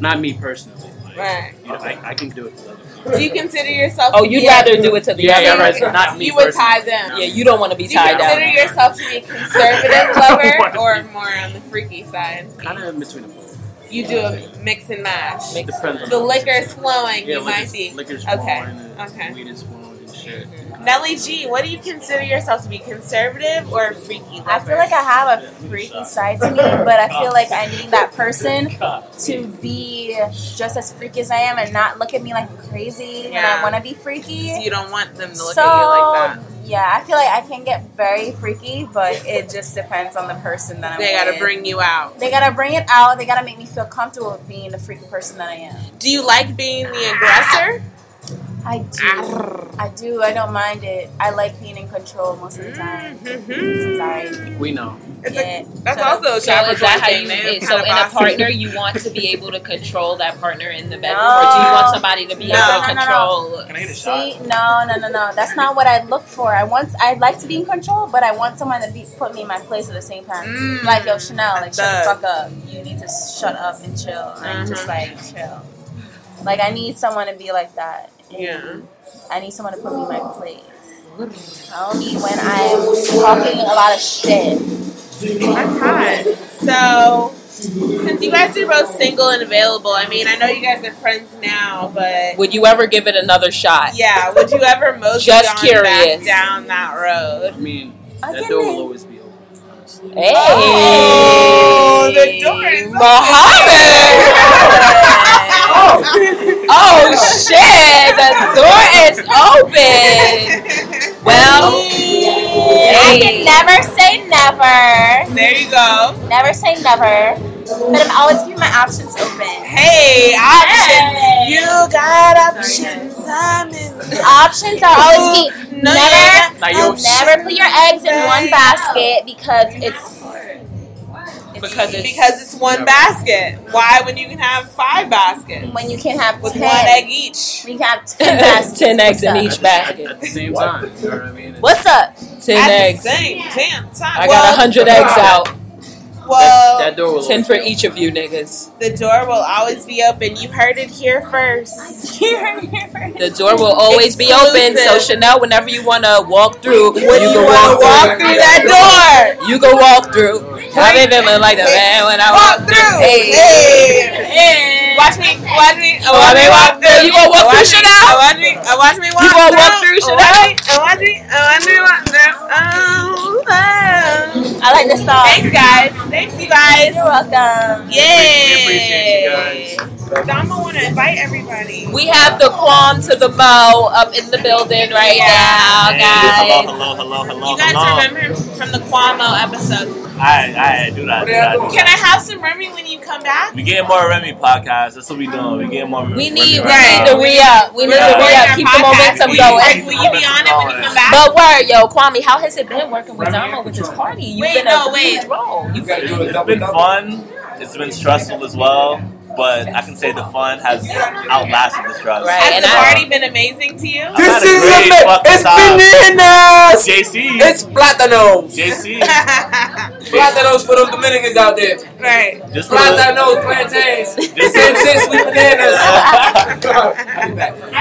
Not me personally. Like,
Right.
you know, I, I can do it to other people.
Do you consider yourself?
Oh, you'd
yeah.
rather do it to the
Yeah,
other.
yeah, right. So not me
You would
personally.
tie them.
Yeah, you don't want to be
Do you
tied
consider
down.
yourself to be a conservative lover or more on the freaky side?
Kind of in between the both.
You do a mix and mash.
Depends on
The liquor is flowing.
Yeah,
you
liquor's-
might be
liquor's
okay.
flowing and
Okay.
Weed is flowing and shit.
Nelly G, what do you consider yourself to be conservative or a freaky?
I feel like I have a freaky side to me, but I feel like I need that person to be just as freaky as I am and not look at me like I'm crazy and
Yeah.
I want to be freaky.
you don't want them to look
so
at you like
yeah, I feel like I can get very freaky, but it just depends on the person that
that.
I'm.
They gotta
with.
bring you out.
They gotta bring it out. They gotta make me feel comfortable with being the freaky person that I am.
Do you like being the aggressor?
I do. I do. I don't mind it. I like being in control most of the time. Sorry.
We know.
Yeah.
Mm-hmm. That's
So-
also a
So is that
Capricorn
how
thing.
you?
man.
is-
It's
So
kinda
in a
bossy.
partner, you want to be able to control that partner in the bedroom, or do you want somebody to be
No.
able
No,
to
no, no, no.
control?
See, no, no, no, no. That's not what I look for. I want. I like to be in control, but I want someone to be put me in my place at the same time.
Mm,
like yo, Chanel, like shut the
thug.
fuck up. You need to shut up and chill. Like
Mm-hmm.
just like chill. Like I need someone to be like that.
Yeah.
I need someone to put me in my place. I don't need when I'm talking a lot of shit.
That's hot. So, since you guys are both single and available, I mean, I know you guys are friends now, but
Would you ever give it another shot?
yeah, would you ever mosey
Just
on
curious.
back down that road?
I mean,
I
that
get
door
it.
will always be open. honestly.
Hey,
Oh, the door is open.
Mohammed! oh shit! The door is open. Well,
I
hey.
can never say never.
There you go.
Never say never. But I'm always keeping my options open.
Hey, options.
Hey.
You got options. I'm in.
Options are always key.
No,
never,
Now you
never put your eggs in one basket because it's
because it's
Because it's one basket. Why when you can have five baskets
when you can have
with
ten.
one egg each?
When you can have ten baskets.
ten eggs in
What's
each
up?
At,
basket.
at the same time, you know what I mean? It's-
What's up?
Ten
At
eggs.
the same damn time.
I
well,
got a hundred eggs out.
Well,
that door will
Ten
always
for
be open.
each of you niggas.
the door will always be open. You heard it here first.
The door will always be open. So
Exclusive.
Chanel, whenever you wanna walk through, you
When you,
can
wanna
walk,
walk
through.
through that door.
You can walk through. I've been feeling like that man when I walk.
Walk through.
Hey.
Hey. Watch me, watch me, I watch
Oh,
me
they
walk
walk-
through.
you gonna walk
I
through,
watch me-
Chanel?
I watch me, I watch me walk
You gonna walk through,
I watch me- I watch me, I watch me walk through. Oh, oh.
I like this song.
Thanks, guys. Thanks, you guys.
You're welcome.
Yay.
appreciate you guys.
So I'm gonna wanna invite everybody.
We have the qualm to the mo up in the building right now,
Hey,
guys.
hello, hello, hello, hello,
you guys
hello.
remember from the Cuomo episode.
I, I do that. Do that.
Can I have some Remy when you come back?
We getting more Remy podcasts. That's what we doing. We getting more.
We
Remy
need we
right
need
now.
to re up. We need
We're
to
Yeah.
re
recording
up.
our
Keep the
podcast.
momentum
Will you-
going.
Will you be on it when you come back?
But word, yo, Kwame, how has it been working with Damo with this party? You've been
Wait, no,
a
wait.
huge role. You've been
It's been fun. It's been stressful as well, but I can say the fun has outlasted the stress.
Right,
Has
and
the
I-
party been amazing to you?
This is the It's
Bananas!
JC.
It's platanos!
JC.
Platanos for them Dominicans out there.
right.
Just for the-
Platanos, plantains,
Just-
Simpsons, sweet bananas.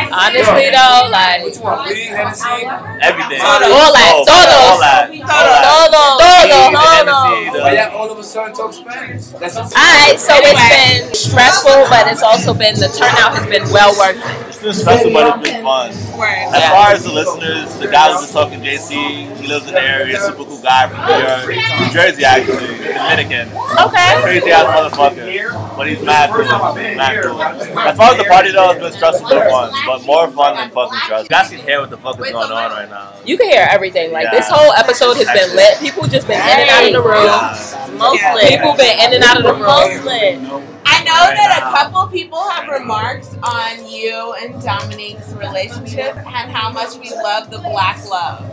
honestly though, like
What you want, weed, Hennessy?
Everything.
Todos. All that,
Oh,
todos.
All that. All that.
todo,
Weed, the
todo, todo.
Hennessy, the-
Why y'all all of a sudden talk Spanish? That's
Alright, so it's been stressful, but it's also been the turnout has been well worth it.
It's been stressful, but it's been fun.
Word.
As far as the listeners, the guy was just talking JC. He lives in the area. Super cool guy from New York, New Jersey, actually, Dominican.
Okay.
Crazy ass motherfucker, but he's mad cool. Mad cool. As far as the party though, it's been stressful but fun, but more fun than fucking stress. You guys can hear what the fuck is going on right now.
You can hear everything. Like this
Yeah.
whole episode has been
Actually.
lit. People just been in and out of the room. Mostly. People been in and out of the room.
I know that a couple people have remarks on you and Dominique's relationship and how much we love the black love.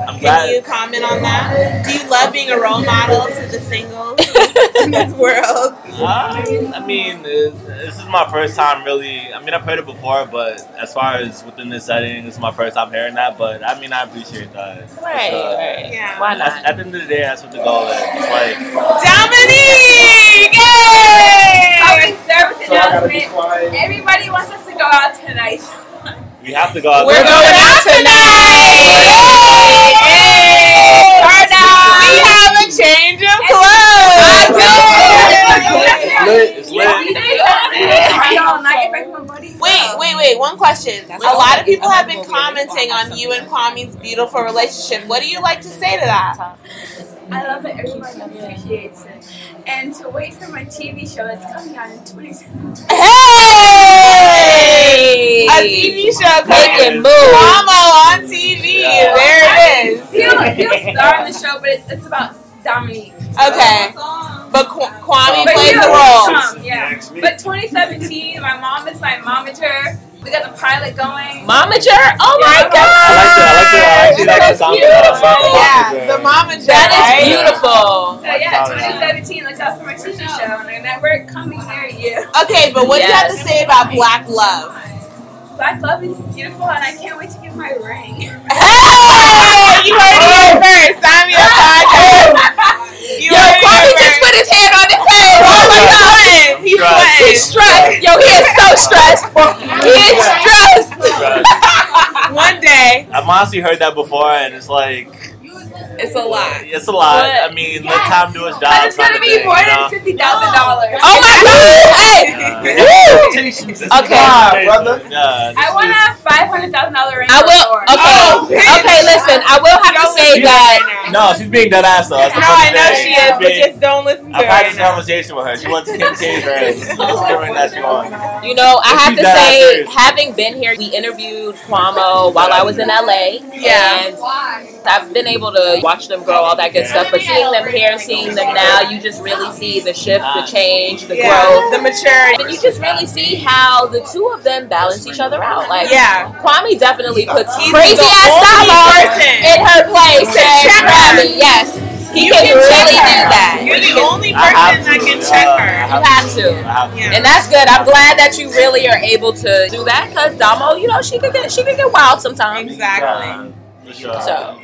I'm
Can
glad.
you comment on that? Do you love being a role model to the singles in this world?
Uh, I mean, it- this is my first time really. I mean, I've heard it before, but as far as within this setting, this is my first time hearing that. But I mean, I appreciate that.
Right,
Uh,
right. Yeah.
Why not? At, at the end of the day, that's what the goal is. It's like
Dominique! Yay!
Public service
So I gotta be
announcement. Everybody wants us to go out tonight.
we have to go. out
We're
there.
going out tonight.
Turn up. We have a change of clothes.
It's lit. It's lit.
Wait, wait, wait. One question. a lot of people have been commenting on you and Kwame's beautiful relationship. What do you like to say to that?
I love that everybody appreciates it. And to wait for my TV show that's coming out in 27
Hey! A TV show.
Make it move.
Mama on TV. There it is.
He'll, he'll star in the show, but it's, it's about Dominique.
Okay. But Qu- Kwame
But
plays
he'll
the role.
come, yeah. But 2017, my mom is my momager. We got the pilot going.
Momager? Oh
I
my
like that. I like that. I actually like that sound.
Yeah,
Yeah.
the mama
That
Jack.
is
right?
beautiful.
So Uh, yeah, 2017, look out for my TV show on our network coming near you.
Okay, but what do you have to say about black love?
Black love is beautiful, and I can't wait to get my ring.
Hey, you heard it here first. I'm your podcast. You
Yo,
heard it
Kwame
here
just
first.
put his hand on the table. Oh my god.
He's sweating.
He's stressed. Yo, he is so stressed. He is stressed.
One day,
I've honestly heard that before, and it's like
it's a lot.
it's a lot. I mean, let time do its job.
But it's
kind
gonna
of thing,
be more
you
than
know? Uh,
fifty thousand dollars.
Oh my god. Hey. Okay.
brother. Yeah.
I want to have five hundred thousand dollar ring. Oh,
I will.
for it.
Okay. Okay, listen. I will have to say that.
No, she's being dead ass though. That's the
No,
funny
I know
thing.
she
She's
is, but
being-
just don't listen to
I've
her.
had
right
this
now.
conversation with her. She wants to change her. She's doing that she wants.
You know, I
But
have
she's
to
dead ass
say,
serious.
having been here, we interviewed Cuomo while I was in LA.
Yeah.
And I've been able to watch them grow, all that good stuff. But seeing them here and seeing them now, you just really see the shift, the change, the
Yeah,
growth.
the maturity.
And you just really see how the two of them balance each other out. Like,
Yeah.
Kwame definitely puts
He's
crazy
the
ass
only
dollars
person.
in her place.
Check
And
her.
Kwame, yes, he
You
can,
can check
really
her.
do that.
You're
You
the
can-
only
I
person
have
that
to,
can
yeah.
check
I
her.
have
you have to.
I have to.
Yeah.
And that's good. I'm glad that you really are able to do that because Damo, you know, she could get she could get wild sometimes.
Exactly.
For sure.
So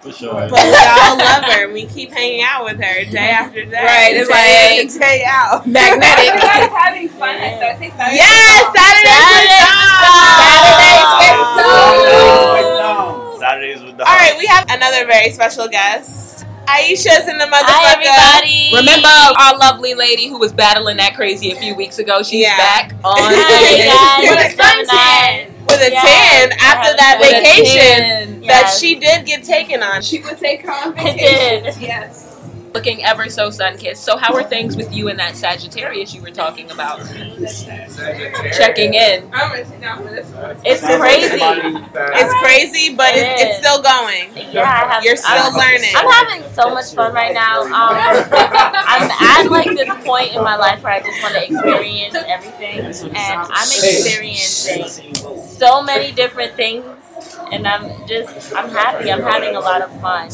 For sure.
But we all love her. We keep hanging out with her day after day.
Right, it's
day
like-
after day out.
magnetic.
Everybody's having fun. I said, I think Saturday.
Yes, Saturday.
Saturday.
Saturday.
Saturdays with the
All right, we have another very special guest. Aisha's in the motherfucker.
Hi everybody. Remember our lovely lady who was battling that crazy a few weeks ago? She's
Yeah.
back on
Hey, guys,
With
it's fun with a ten after that
a 10.
vacation that she did get taken on.
She would take her on
It
vacation. Yes.
looking ever so sun kissed. So how are things with you and that Sagittarius you were talking about? Checking in.
I'm gonna sit down for this one.
It's crazy.
It's crazy, but it's,
It
it's still going.
Yeah, I have.
You're
I'm,
still learning.
I'm having so much fun right now. Um, I'm at like this point in my life where I just want to experience everything, and I'm experiencing so many different things. And I'm just, I'm happy. I'm having a lot of fun,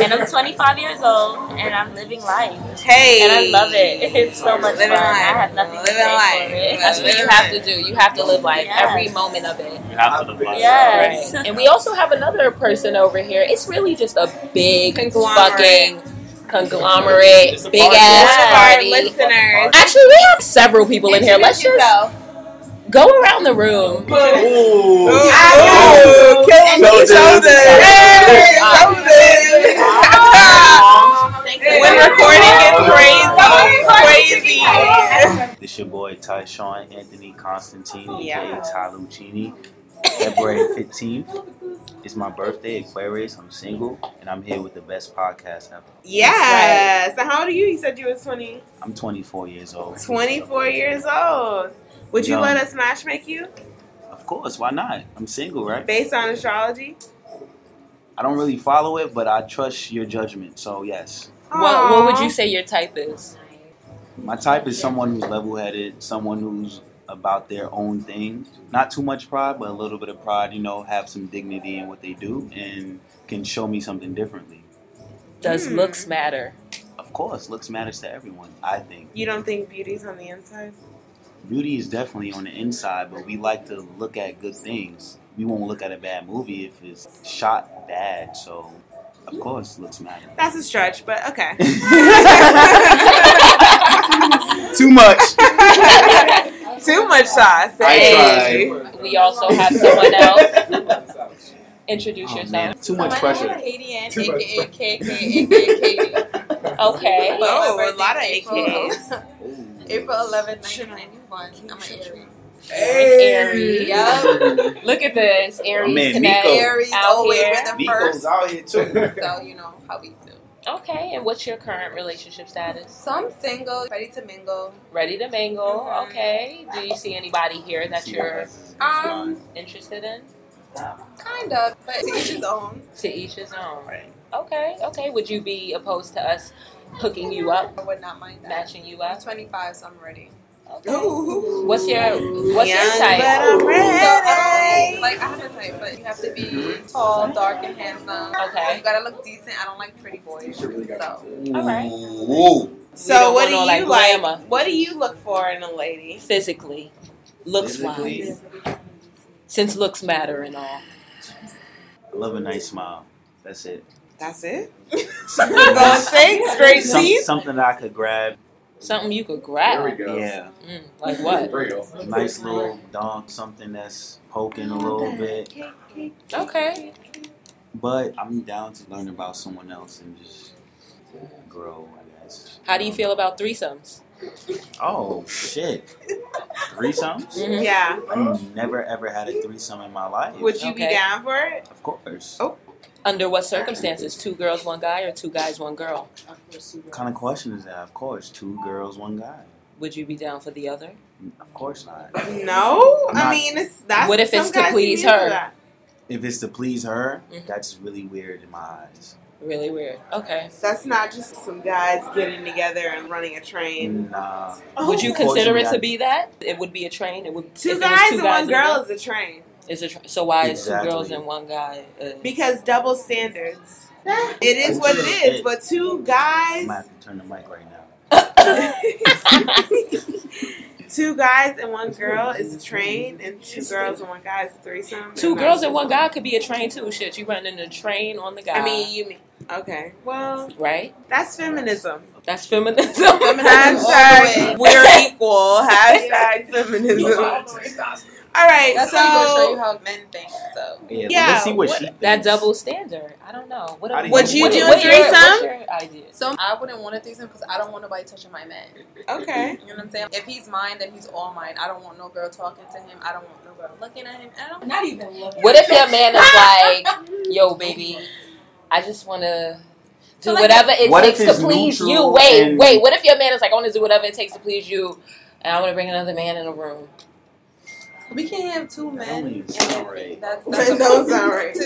and I'm 25 years old, and I'm living life.
Hey.
and I love it. It's so much
Living
fun. I
life.
have nothing to
Living
say
life.
for it.
That's what you have to do. You have to live life every moment of it.
You have to live life.
Yes.
Right. And we also have another person over here. It's really just a big
Conglomerate.
fucking conglomerate,
It's a
big
party.
ass
Yes.
party.
Our listeners.
Actually, we have several people in here. Let's
Introduce
just
yourself.
go around the room.
Ooh.
Ooh, kill him with
Shoulders.
your shoulders. Hey,
Uh,
shoulders. when recording gets crazy, crazy.
It's your boy Tyshawn Anthony Constantine, aka
Yeah.
Ty Lucchini. February 15th. It's my birthday, Aquarius. I'm single, and I'm here with the best podcast ever.
Yes. So how old are you? You said you were 20,
I'm 24 years old.
24 years old. Would you
Young.
let us match make you
Of course, why not? I'm single, right?
based on astrology?
I don't really follow it, but I trust your judgment. So yes,
Oh,
What, what would you say your type is?
my type is someone who's level-headed, someone who's about their own thing, not too much pride, but a little bit of pride. You know, have some dignity in what they do, and can show me something differently.
Does looks matter?
Of course, looks matters to everyone. I think
You don't think beauty's on the inside?
beauty is definitely on the inside, but we like to look at good things. We won't look at a bad movie if it's shot bad. So, of
Hmm.
course, looks matter.
That's a stretch, but okay.
Too much.
Too much sauce.
eh?
Hey, we also have someone else. Introduce yourself.
Too much pressure.
Acadian,
Too much
aka KK, aka Katie.
Okay.
Oh, a lot of
AKs. April 11th, 1991. I'm an Aries.
Aries.
Yup.
Look at this Aries
Man,
today.
Nico. Aries
out
always
here.
with the Nico's first.
out here too.
So, you know, how we do.
Okay, and what's your current relationship status?
So I'm single, ready to mingle.
Ready to mingle.
Mm-hmm.
Okay. Do you see anybody here that you're
Um,
interested in?
kind of, but to each his own.
To each his own. Okay. Okay. Would you be opposed to us hooking you up?
I would not mind that.
Matching you up.
I'm 25, so I'm ready.
What's your What's your
Young,
type?
but I'm ready. So, uh, um, like I have a type, but you have to be tall, dark, and handsome. Okay. You gotta look decent. I don't like pretty boys. So.
All right.
Whoa.
So what do you
want no,
like?
like, glamour.
What do you look for in a lady?
Physically, looks
Physically.
wise. Since looks matter and all.
I love a nice smile. That's it.
That's it.
Something,
Those things, great
Some-
teeth.
something that I could grab.
Something you could grab.
Yeah.
Mm, like what?
Nice little donk, something that's poking a little bit.
Okay.
But I'm down to learn about someone else and just grow, I guess.
How do you feel about threesomes?
Oh shit. Threesomes?
Mhm.
Yeah.
I've never ever had a threesome in my life.
Would you be
Okay.
down Oh. for it?
Of course.
Under what circumstances? Two girls, one guy, or two guys, one girl?
What kind of question is that? Of course. Two girls, one guy.
Would you be down for the other?
Of course not.
No.
I'm
I
not-
mean, it's that's
What if it's
some
to
guys
please
be into
her?
that.
If it's to please her,
Mm-hmm.
that's really weird in my eyes.
Really weird. Okay.
That's not just some guys getting together and running a train. Oh.
Nah.
Would you consider it
Unfortunately,
to be that? It would be a train. It would
Two
if it was
guys and one girl is a train
Is a tr- so why is two
Exactly.
girls and one guy? Uh,
because double standards. It is what it is, but two
I
guys,
might have to turn the mic right now.
two guys and one girl is a train, and two girls and one guy is a threesome.
two
And
girls
that's-
and one guy could be a train too. Shit, you running a train on the guy.
I mean, you mean okay? Well,
right?
that's feminism.
That's feminism.
Hashtag we're equal. Hashtag feminism. All right,
That's
so
how you gonna show you how men think. So.
Yeah,
Yeah,
let's see what,
what-
she thinks.
that double standard. I don't know. What
How do you-
Would you
what-
do a
what's your- what's
threesome?
your idea?
So I wouldn't want a threesome because I don't want nobody touching my man.
okay.
You know what I'm saying? If he's mine, then he's all mine. I don't want no girl talking to him. I don't want no girl looking at him. I don't. Not even looking.
What if your man is like, yo, baby, I just want to do
So, like,
whatever it
What if
takes to
it's
please you?
neutral
Wait,
and-
wait. What if your man is like, I want to do whatever it takes to please you, and I want to bring another man in the room?
We can't have two
That don't
men.
even sound right.
That's,
That
that's
don't sound right.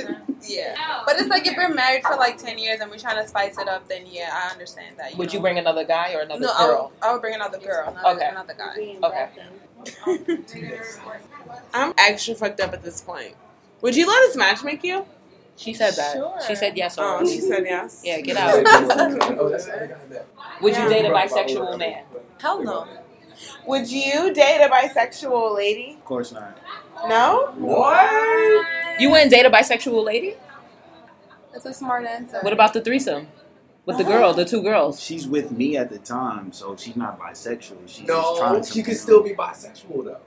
Yeah. But it's like if we're married for like 10 years and we're trying to spice it up, then yeah, I understand that. You
Would
know?
you bring another guy or another
no, I
girl?
would, I would bring another girl, not
Okay.
another guy.
Okay.
I'm extra fucked up at this point. Would you let us matchmake you?
She said that. She said yes
Oh,
already.
she said yes.
Yeah, get
Oh,
out. Would you date a bisexual man?
Hell no.
Would you date a bisexual lady?
Of course not.
No? What?
You wouldn't date a bisexual lady?
That's a smart answer.
What about the threesome with the girl, the two girls?
She's with me at the time, so she's not bisexual. She's just
No,
trying
she
to.
could still be bisexual though.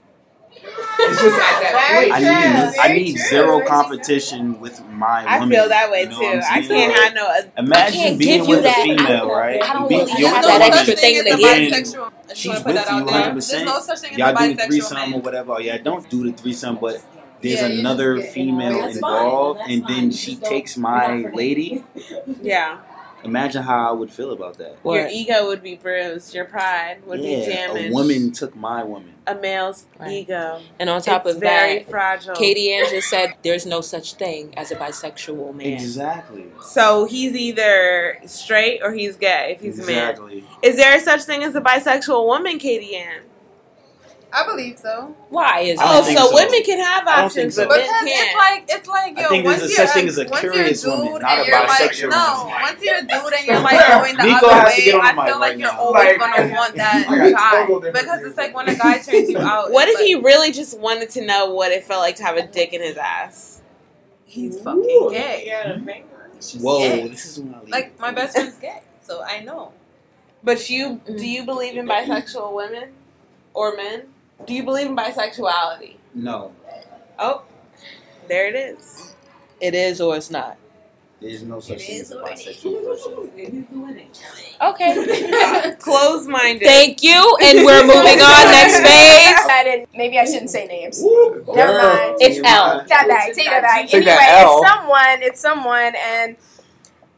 It's just at that
Very
point.
I
Yeah,
need, I
very
need
true.
zero competition with my
I
woman.
feel that way
You know
too.
what I'm
I
saying?
can't
Like,
have no.
Imagine
I can't
being
give you
with
that.
a female, right?
I don't
Be-
really
your
There's
have that
no
woman-
extra
such thing
thing
as a
to
give.
bisexual. I just
She's
want to put
with
that
you
out there.
100%.
There's no such thing as
Y'all
a
do the
bisexual
threesome
man.
or whatever. Or yeah, don't do the threesome, but there's
Yeah, you
another
just get
female
That's fine,
involved,
that's
and then
fine.
she
Just don't-
takes
you're
my
not for
lady.
Yeah.
Imagine how I would feel about that.
Your ego would be bruised. Your pride would
yeah,
be damaged.
a woman took my woman.
A male's ego.
And on top
It's
of
very
that,
fragile.
Katie Ann just said there's no such thing as a bisexual man.
Exactly.
So he's either straight or he's gay if he's a man.
Exactly.
Is there such thing as a bisexual woman, Katie Ann?
I believe so.
Why is
I don't
oh,
think
so,
so.
women can have
I don't think
options,
so.
but men
Because
can't.
it's like it's like
I
yo.
think there's
once
a
you're
such thing as a
once you're
curious
dude
woman, not
and
a
you're
bisexual
Like, no,
woman.
once you're a dude and you're like going the
Nico
other
has to
way,
get on the
I
mic
feel like
right
you're
now.
always
Like-
gonna want that
I got a total
guy
different
because it's like when a guy turns you out.
What if
it's
he really just wanted to know what it felt like to have a dick in his ass? Hmm?
He's fucking gay.
Whoa,
Yeah.
this is when I leave.
Like my best friend's gay, so I know.
But you
Mm-hmm.
do you believe in bisexual women or men? Do you believe in bisexuality?
No,
Oh, there it is.
It is or it's not.
there's no such thing as a bisexual person.
Okay. Close minded.
Thank you, and we're moving on. Next phase.
I didn't, maybe I shouldn't say names.
Never
mind.
It's L.
That bag, take that bag.
Take
anyway,
that L.
it's someone, it's someone, and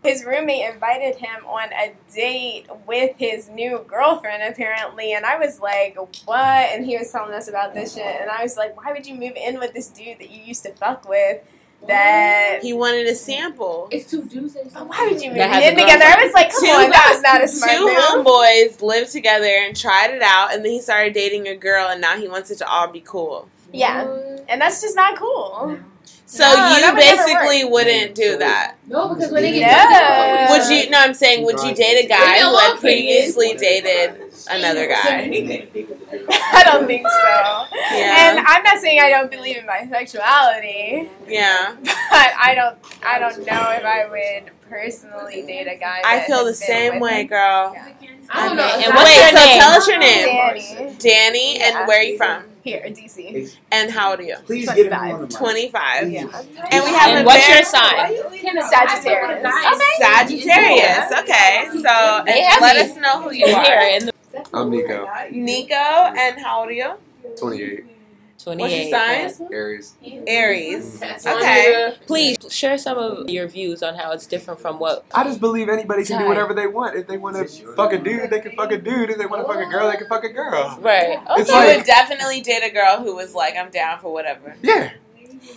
his roommate invited him on a date with his new girlfriend, apparently. And I was like, what? And he was telling us about this shit. And I was like, why would you move in with this dude that you used to fuck with? That
He wanted a sample.
It's two dudes. Why would you move
That has
in
a
together? I
girlfriend.
was like, come
Two
on, that
guys-
was not a smart
Two
move.
homeboys lived together and tried it out, and then he started dating a girl, and now he wants it to all be cool.
Yeah, and that's just not cool.
So
Um, No, that
you
would never
basically wouldn't do that.
No, because when
they
get
Would you? No, I'm saying, would you date a guy who had previously dated another guy?
I don't think so.
Yeah.
And I'm not saying I don't believe in bisexuality,
Yeah,
but I don't. I don't know if I would personally date a guy.
I
that
feel the
has been
same
with
way,
me.
girl.
I don't
Okay,
know.
And what's
Wait,
your
so tell
name? Tell
us
us your name.
Danny.
Danny.
Yeah.
and where are you from?
Here, DC.
And how old are you?
Please get him on the mic.
25.
Yeah.
And we have
And
a
what's
very-
your sign?
Sagittarius.
Sagittarius. Okay. So and
They have
let
me
us know who you
in
are.
here in the-
I'm Nico,
Nico, and how old are you?
28.
What's your sign?
Aries.
Aries. Okay.
Please share some of your views on how it's different from what.
I just believe anybody can do whatever they want. If they want to fuck a dude, they can fuck a dude. If they want to fuck a girl, they can fuck a girl.
Right.
Okay.
It's
You
like-
would definitely date a girl who was like, I'm down for whatever.
Yeah.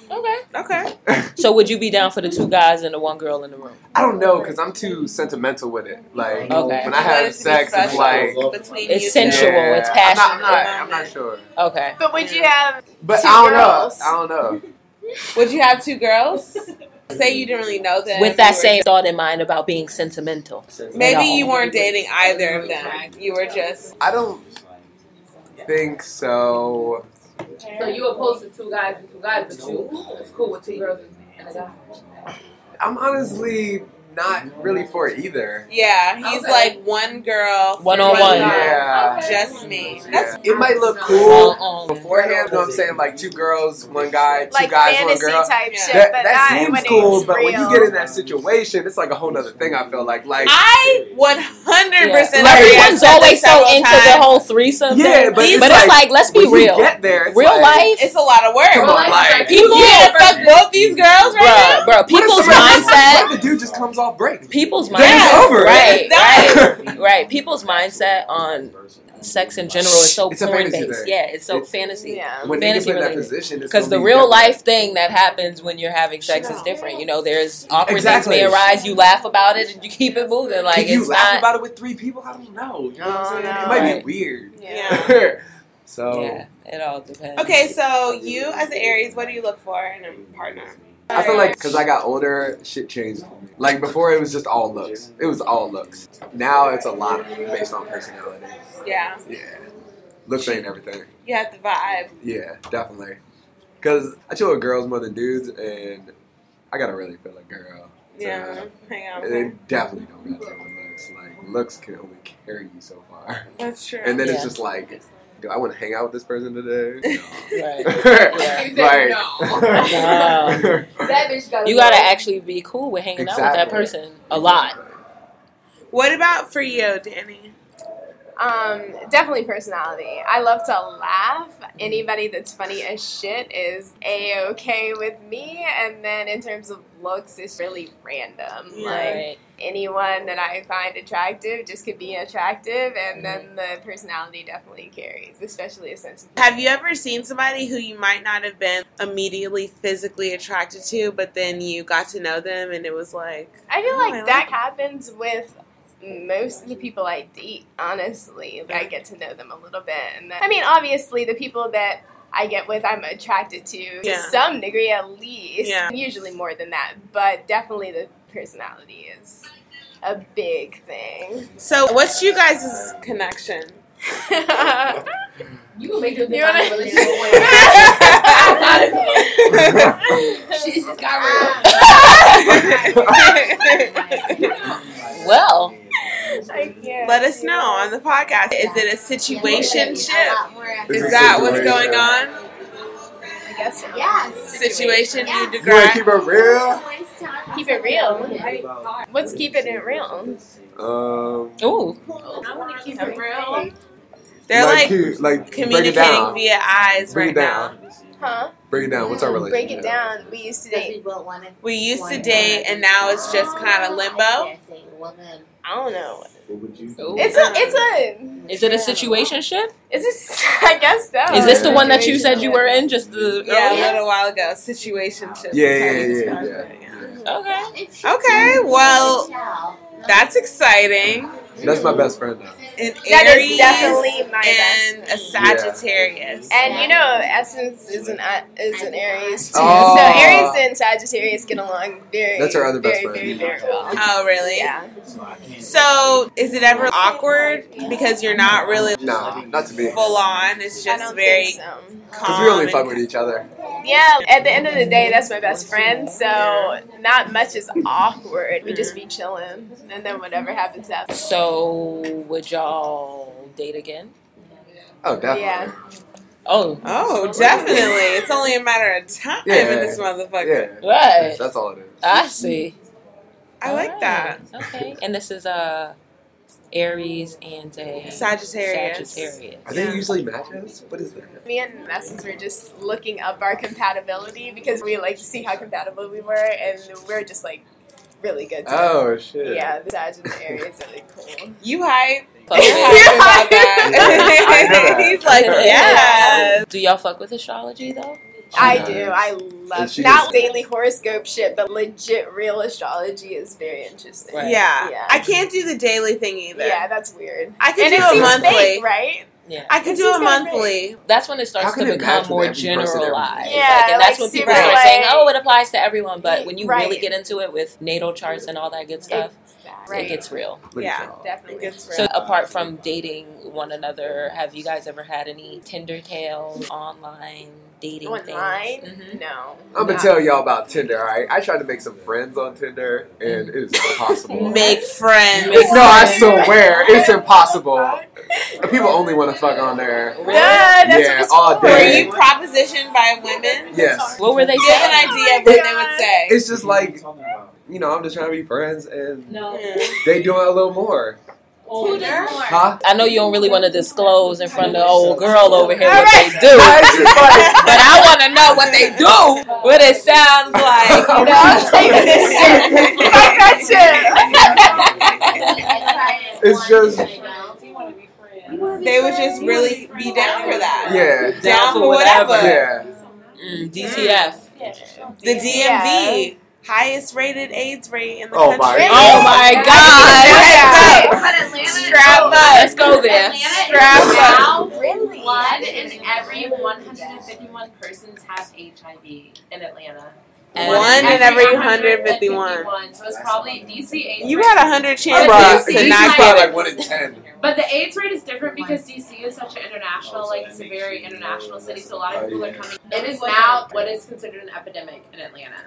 Okay. Okay.
So would you be down for the two guys and the one girl in the room?
I don't know because I'm too sentimental with it. Like when
Okay.
I
You want it
have
to be
sex, it's
special
like
between
It's you two. sensual, it's
I'm not- I'm not-
passionate.
I'm not sure.
Okay.
But would you have?
But
two
I don't
girls?
know. I don't know.
Would you have two girls? Say you didn't really know them.
With that
You were-
same thought in mind about being sentimental.
Maybe you
want.
weren't dating either of them. You were just.
I don't. Think so.
So you opposed to two guys and two guys, but you it's cool with two girls and a guy.
I'm honestly not really for either.
Yeah, he's
Okay.
like one girl,
One on one. Yeah.
guy, just me.
Yeah. It might look cool beforehand. You know what I'm saying? Like two girls, one guy, two
Like
guys, one
fantasy
girl.
type shit,
that
but
that
not
seems
when
cool,
it's
but when you
real.
get in that situation, it's like a whole other thing. I feel like, like
I 100 percent.
Like,
Everyone's always so into the whole threesome.
Yeah,
thing.
but it's
but it's
like,
like let's be
when you
real.
get there, it's
real
like-
life,
it's a lot of work.
Come on, like-
people
Yeah,
yeah, fuck
both these girls
right bro, Bro,
What if
people's
somebody-
mindset.
What if the dude just comes off break?
People's
Then
mindset.
it's over.
Right,
It's
right, right. People's mindset on sex in general is so
It's a
porn
fantasy
based.
thing.
Yeah, it's so
It's-
fantasy. Yeah.
When they get
fantasy
put in that
related.
position, it's
Because the
gonna be
real
different.
life thing that happens when you're having sex is different. You know, there's awkward
Exactly.
things may arise. You laugh about it and you keep it moving. Like
Can you
it's
laugh
not.
about it with three people? I don't know. You know what I'm saying?
Oh,
no.
It might
Right.
be weird.
Yeah.
so
Yeah, it all depends.
Okay, so you as an Aries, what do you look for in a partner?
I feel like because I got older, shit changed. Like before, it was just all looks. It was all looks. Now it's a lot based on personality.
Yeah,
Yeah, looks ain't everything.
you have the vibe.
Yeah, definitely. Because I chill with girls more than dudes, and I gotta really feel a girl.
Yeah, hang out.
They definitely don't got that with looks. Like looks can only carry you so far.
That's true.
And then
Yeah.
it's just like, do I want to hang out with this person today? No.
Right.
like,
No.
That bitch gotta
You
go.
gotta actually be cool with hanging out with that
Exactly.
person a lot.
What about for you, Danny?
Um, definitely personality. I love to laugh. Anybody that's funny as shit is a okay with me. And then in terms of looks, it's really random. Like
Right.
anyone that I find attractive just could be attractive, and then the personality definitely carries, especially a sense of
Have you ever seen somebody who you might not have been immediately physically attracted to, but then you got to know them and it was like,
I feel
Oh,
like
I like
that happens with most of the people I date, honestly. Like, I get to know them a little bit. And then, I mean, obviously, the people that I get with, I'm attracted to
Yeah.
to some degree at least.
Yeah.
Usually more than that, but definitely the personality is a big thing.
so what's you guys' connection?
you will make
You wanna-
She
just got rid
Well,
let us know on the podcast. Is it a situation ship? Is that what's going on?
I guess so.
Situation you
You want to keep
degrade?
it real?
Keep it real. What's keeping it real?
Um,
Ooh.
I want to keep it real.
They're like,
you- like break it
communicating
down.
via eyes
Break
right
it down.
now.
Huh?
Break it down. What's our relationship?
Break it down. We used to date.
We used to date and now it's just kind of limbo. I
don't know.
Ooh.
It's a. It's a.
Is it a situation ship?
Is this? I guess so.
Is this the one that you said you were in just the
Yeah, a
earlier?
little while ago. Situationship.
Yeah,
is how
yeah,
you
yeah,
describe
yeah.
it,
Okay.
Okay, well, that's exciting.
That's my best friend now.
An
That is
Aries
definitely my
and a Sagittarius.
And you know, Essence is an uh, is an Aries too.
Oh.
So Aries and Sagittarius get along very.
That's our other best
very,
friend.
Very, very well.
Oh, really?
Yeah.
So, is it ever awkward because you're not really
Nah, not to me.
full on? It's
I
just
don't
very
think so.
Because we only fuck with each other.
Yeah. At the end of the day, that's my best friend. So not much is awkward. We just be chilling, and then whatever happens happens.
So would y'all date again?
Oh, definitely.
Yeah.
Oh.
Oh, definitely. It's only a matter of time
Yeah.
in this motherfucker.
Yeah.
Right.
That's all it is.
I see.
I like that.
Okay. And this is a Aries and a
Sagittarius.
Sagittarius.
Are they usually matches? What is that?
Me and Essence were just looking up our compatibility because we like to see how compatible we were, and we're just like really good. together.
Oh, shit.
Yeah, the Sagittarius is really cool.
You hype.
Fuck with
You're hype about
I know
that.
that.
He's like, yes.
Do y'all fuck with astrology though?
I do. I love
she
not
does-
daily horoscope shit, but legit real astrology is very interesting.
Yeah. I can't do the daily thing either.
Yeah, that's weird.
I could
and
do
it
a
seems
monthly.
fake, right?
Yeah.
I could
It
do
seems
a
not
monthly.
That's when it starts
How
to
can it
become
match
more
with every person every-
generalized.
Yeah,
like, and that's
like,
when people
super,
start saying,
like-
"Oh, it applies to everyone." But when you really
Right.
get into it with natal charts and all that good stuff,
Right.
it gets real.
Yeah,
definitely.
So, apart from dating one another, have you guys ever had any Tinder tales, online dating
Online?
things? Mhm.
No.
I'm gonna
Nah.
tell y'all about Tinder, alright? I tried to make some friends on Tinder, and it is impossible.
Make friends.
no, I swear, it's impossible. People only want to fuck on there.
Yeah, that's
yeah,
what
all
Were
day.
you propositioned by women?
Yes.
What were they
Give an idea of what they would say.
It's just like, you know, I'm just trying to be friends, and they doing a little more.
Oh,
Huh?
I know you don't really want to disclose in front of the old girl over here what they do, but I want to know what they do, what it sounds like. You know, I'm taking this shit. Fuck that shit.
It's just,
They would just really be down for that.
yeah.
Down for whatever.
Yeah.
Mm, DTF.
The DMV. Highest rated AIDS rate in the
Oh my
country.
God. Oh
my
Strap
God.
up. Strap up.
Let's go there.
Strap up.
Now, really? One in every 151 persons have HIV in Atlanta.
One in every 151.
So it's probably DCA.
You had a hundred chances
Bruh,
to
you
not
probably
get
like
it.
one in ten.
But the AIDS rate is different because DC is such an international, like it's a very international city, so a lot of people are coming. It is now what is considered an epidemic in Atlanta.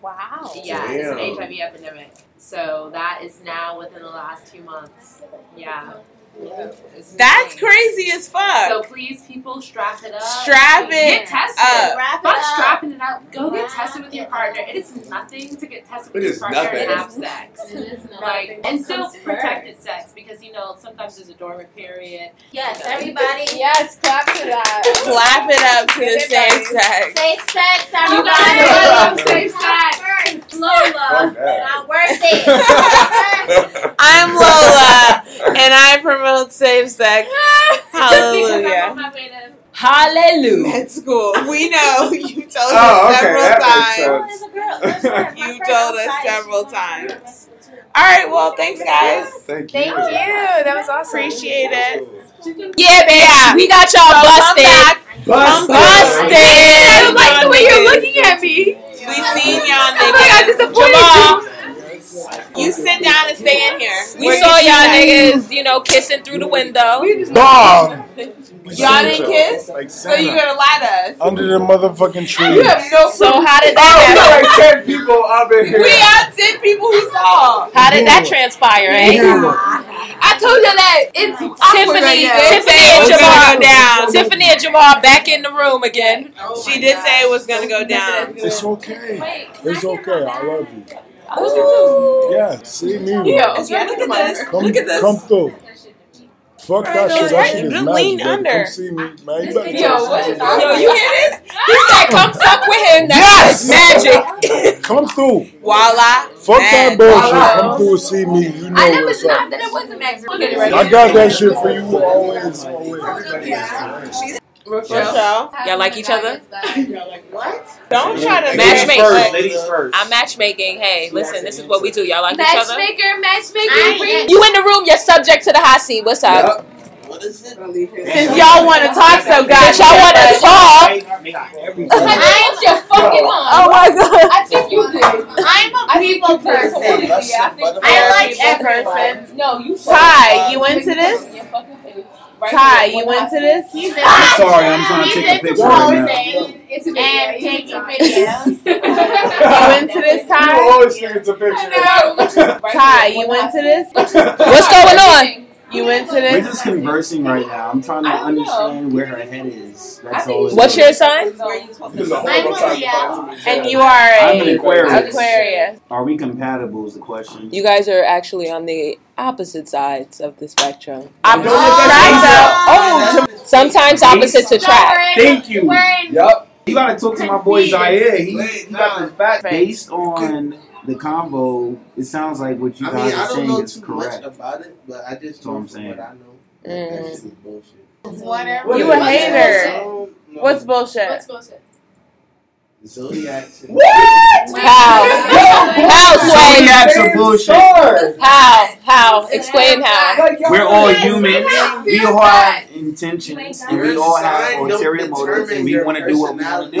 Wow.
Yeah, it's an
Damn.
HIV epidemic. So that is now within the last two months. Yeah.
That's crazy as fuck.
So please, people, strap it up.
Oh,
Strap
Get
it
tested.
up.
Fuck
Wrap it up.
strapping it up. Go get tested with your partner. It is nothing to get tested with
It
your
is
partner
nothing.
and have sex.
It is nothing.
Like,
What
and still
comes
protected sex because you know sometimes there's a dormant period.
Yes,
You know.
everybody.
Yes, clap to that.
Clap it up to the safe sex.
Safe sex,
You
everybody.
guys love safe sex.
Lola.
Fuck that.
Not worth it.
I'm Lola, and I promote safe sex. Hallelujah. Hallelujah. That's cool. We know you told
Oh, okay,
us several
that makes
times. you told us several times. All right. Well, thanks, guys.
Thank
you. That was awesome.
Appreciate it.
Yeah, baby. We got y'all busted.
Busted.
busted.
I
don't like the way you're looking
at me. We seen y'all niggas.
I got
disappointed. Jamal, you sit down and stay in here.
We
We're
saw
getting
y'all
you
niggas, you know, kissing through the window.
Dog.
back. Y'all didn't kiss?
Like
So you
Santa.
gonna lie to us?
Under the motherfucking tree. Oh,
You have no
So
proof.
how did that
like ten people up in
We have ten people who saw.
How did that transpire, eh?
I told you that it's
Tiffany, Tiffany and Jamar down. Tiffany and Jamar back in the room again.
She did say it was gonna go down.
It's okay. It's okay. I love you.
I love you
Yeah, see me.
Yo,
man.
look at this.
Come,
Look at this.
Come through. Fuck
Right,
that shit. That
right.
shit is
Just
magic,
lean
bro.
under.
Come see me, man. You better
Yo,
tell
what is
somebody.
Yo, you hear this?
He said, "Come fuck with him." That's magic.
magic. Come through.
Voila.
Fuck that
Mad.
bullshit.
Voila.
Come through and see me. You know
I never
what's up.
thought that it was a magazine. Look at it right
I got
here.
that shit for you always. always.
Rochelle.
Y'all like each other?
What?
Don't try to
Matchmaking.
matchmaking.
I'm matchmaking. Hey, listen, this is what we do. Y'all like each other?
Matchmaker,
I-
matchmaker. bring-
You in the room, you're subject to the hot seat. What's up?
Since y'all want to talk so
Since y'all want to talk,
I ain't your fucking mom.
Oh my god.
I think you did.
I'm a people person. I like that person.
No, you.
Ty, you into this? Ty, you into this? He's
I'm
sorry, I'm trying to take a picture right now.
It's a
And
taking
you into this, Ty?
You always think it's a picture.
Ty, you into this?
What's going on?
You into
We're
this?
just conversing right now. I'm trying to understand where her head is. That's all. it
what's
is.
your sign?
And you are
I'm an
a
Aquarius.
Aquarius.
Are we compatible? Is the question.
You guys are actually on the opposite sides of the spectrum.
Opposite
Oh, sometimes opposites attract.
Thank you.
in-
Yep. You gotta talk to my boy Zaire. He, he got the fact based on the combo. It sounds like what you
I
guys
mean, I
are
don't
saying
know
is
too
correct.
much about it, but I just
That's what
know from
I'm
what
saying.
I know. that That shit is bullshit.
Whatever.
You a hater. What's bullshit? What's
bullshit?
Zodiac. shit.
What?
How? How, Sway?
Zodiacs are bullshit.
How? How? Explain how.
We're all humans. We all have intentions, and we all
Your
have
sign don't
ulterior motives, and we want to do what we want to do.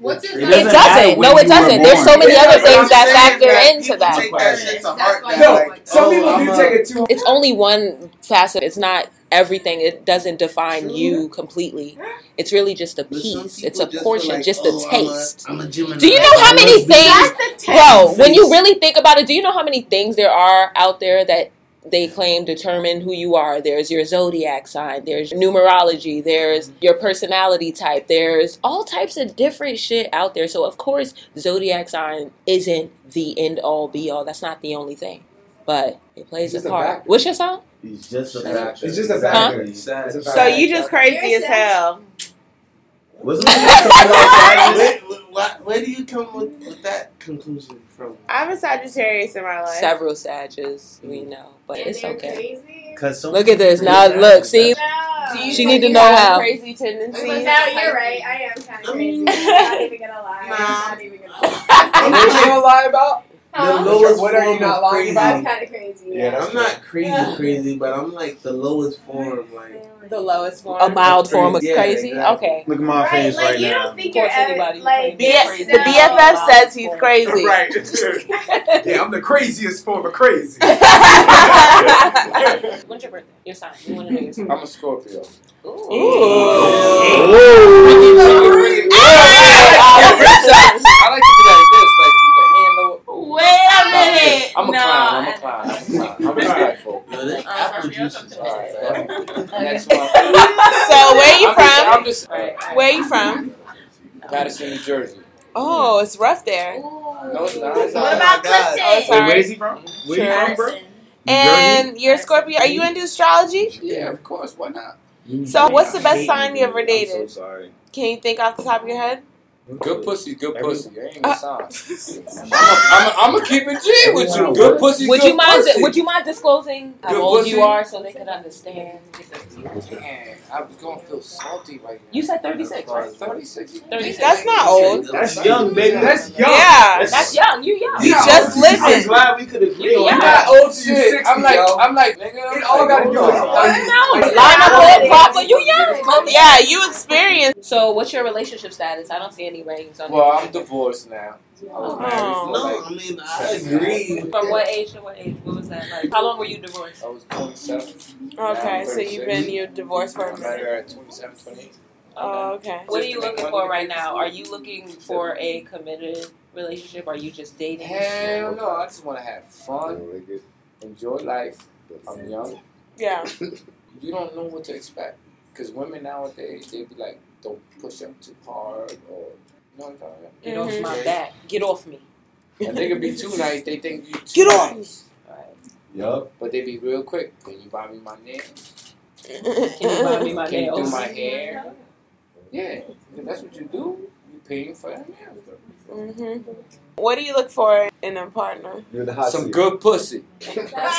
What's his
It
name?
doesn't
It doesn't. No, it doesn't. There's so many other things that factor into
Take that shit to heart. that,
No,
like, oh, I'm a-
it too.
It's only one facet. It's not everything. It doesn't define you completely. It's really just a piece. It's a portion, just a taste.
I'm a Gemini.
Do you know how many
That's
things, bro? When you really think about it, do you know how many things there are out there that they claim determine who you are? There's your zodiac sign, there's numerology, there's your personality type, there's all types of different shit out there. So of course, zodiac sign isn't the end all be all. That's not the only thing, but it plays
It's
a
a
part.
factor.
What's your sign?
It's just a
Shut up.
fact.
It's just a
factor.
Huh?
So you just crazy as hell.
Wasn't
Where, where, where do you come with, with that conclusion from?
I'm a Sagittarius in my life.
Several Sages we
Mm.
know, but it's okay.
Cause some
Look at this now. Look, see,
Do you
she
think
need to
you
know
have
how.
Crazy tendencies.
No, you're right. I am kind of crazy. I'm not even gonna lie. I'm not even gonna lie.
What you
gonna lie about?
The lowest
What are you
form
not
of
lying
crazy.
about?
I'm kind of crazy.
Yeah, I'm not crazy, crazy, but I'm like the lowest form. Like
The lowest form.
A mild form of
Yeah,
crazy.
exactly.
Okay.
Look at my
Right,
face
like
right
you
now.
don't think you're ever like
B- the
no.
BFF says he's crazy.
Right. yeah, I'm the craziest form of crazy.
When's your birthday? Your sign. We want to know your sign.
I'm a Scorpio.
I
like to do that like this, like with the hand lower.
Wait a minute.
I'm a
no.
clown. I'm a clown. I'm a clown. I'm respectful.
Oh,
Yo, that- after
excuses. All right.
Next one. So where you from?
I'm just, I'm just
Where you from?
Patterson, New Jersey.
Oh, it's rough there.
No, it's not. It's
What
not.
about
Oh,
Clifton?
sorry.
Wait, where is he
from?
Where you from, bro? And you're a Scorpio. Are you into astrology?
Yeah, of course. Why not?
So what's the best sign you ever
I'm
dated?
so sorry.
Can you think off the top of your head? Uh,
Good pussy, good pussy. There ain't no sign. I'm gonna keep it G with you. Good pussy,
Would
good
you mind?
pussy.
Would you mind disclosing how
Good
old
pussy.
you are so they could understand?
Man, I was gonna feel salty right now.
You said 36, right?
36.
36.
That's not old.
That's young, baby. That's young.
Yeah,
That's-
that's young. You young.
You just
living.
I'm
glad we could agree
on
young.
that. old
You
shit. I'm
60,
like,
yo.
I'm like, nigga. It all
gotta
do
No,
is
line up all proper. You young.
Yeah, you experienced.
So, what's your relationship status? I don't see any ratings on
Well,
it.
I'm divorced now. I was
Oh.
married for
No,
like
I mean,
I agree.
From what age to what age? What was that like? How long were you divorced?
I was 27.
Okay, so you've been you divorced for a
I'm married
minute.
at 27, 28.
Oh, okay.
What are you looking for right now? Are you looking for a committed relationship? Are you just dating?
Hell no, I just want to have fun, enjoy life. I'm young.
Yeah.
You don't know what to expect. Because women nowadays, they be like, don't push up too hard or, you know what I'm talking about?
Get off my back. Get off me.
And they could be too nice. They think you too
Get off
nice. Right.
Yup.
But they be real quick. Can you buy me my nails?
Can you buy me my
Can you do
nails?
my hair? Yeah, if that's what you do. You paying for that nails.
hmm What do you look for in a partner?
Some good pussy.
What's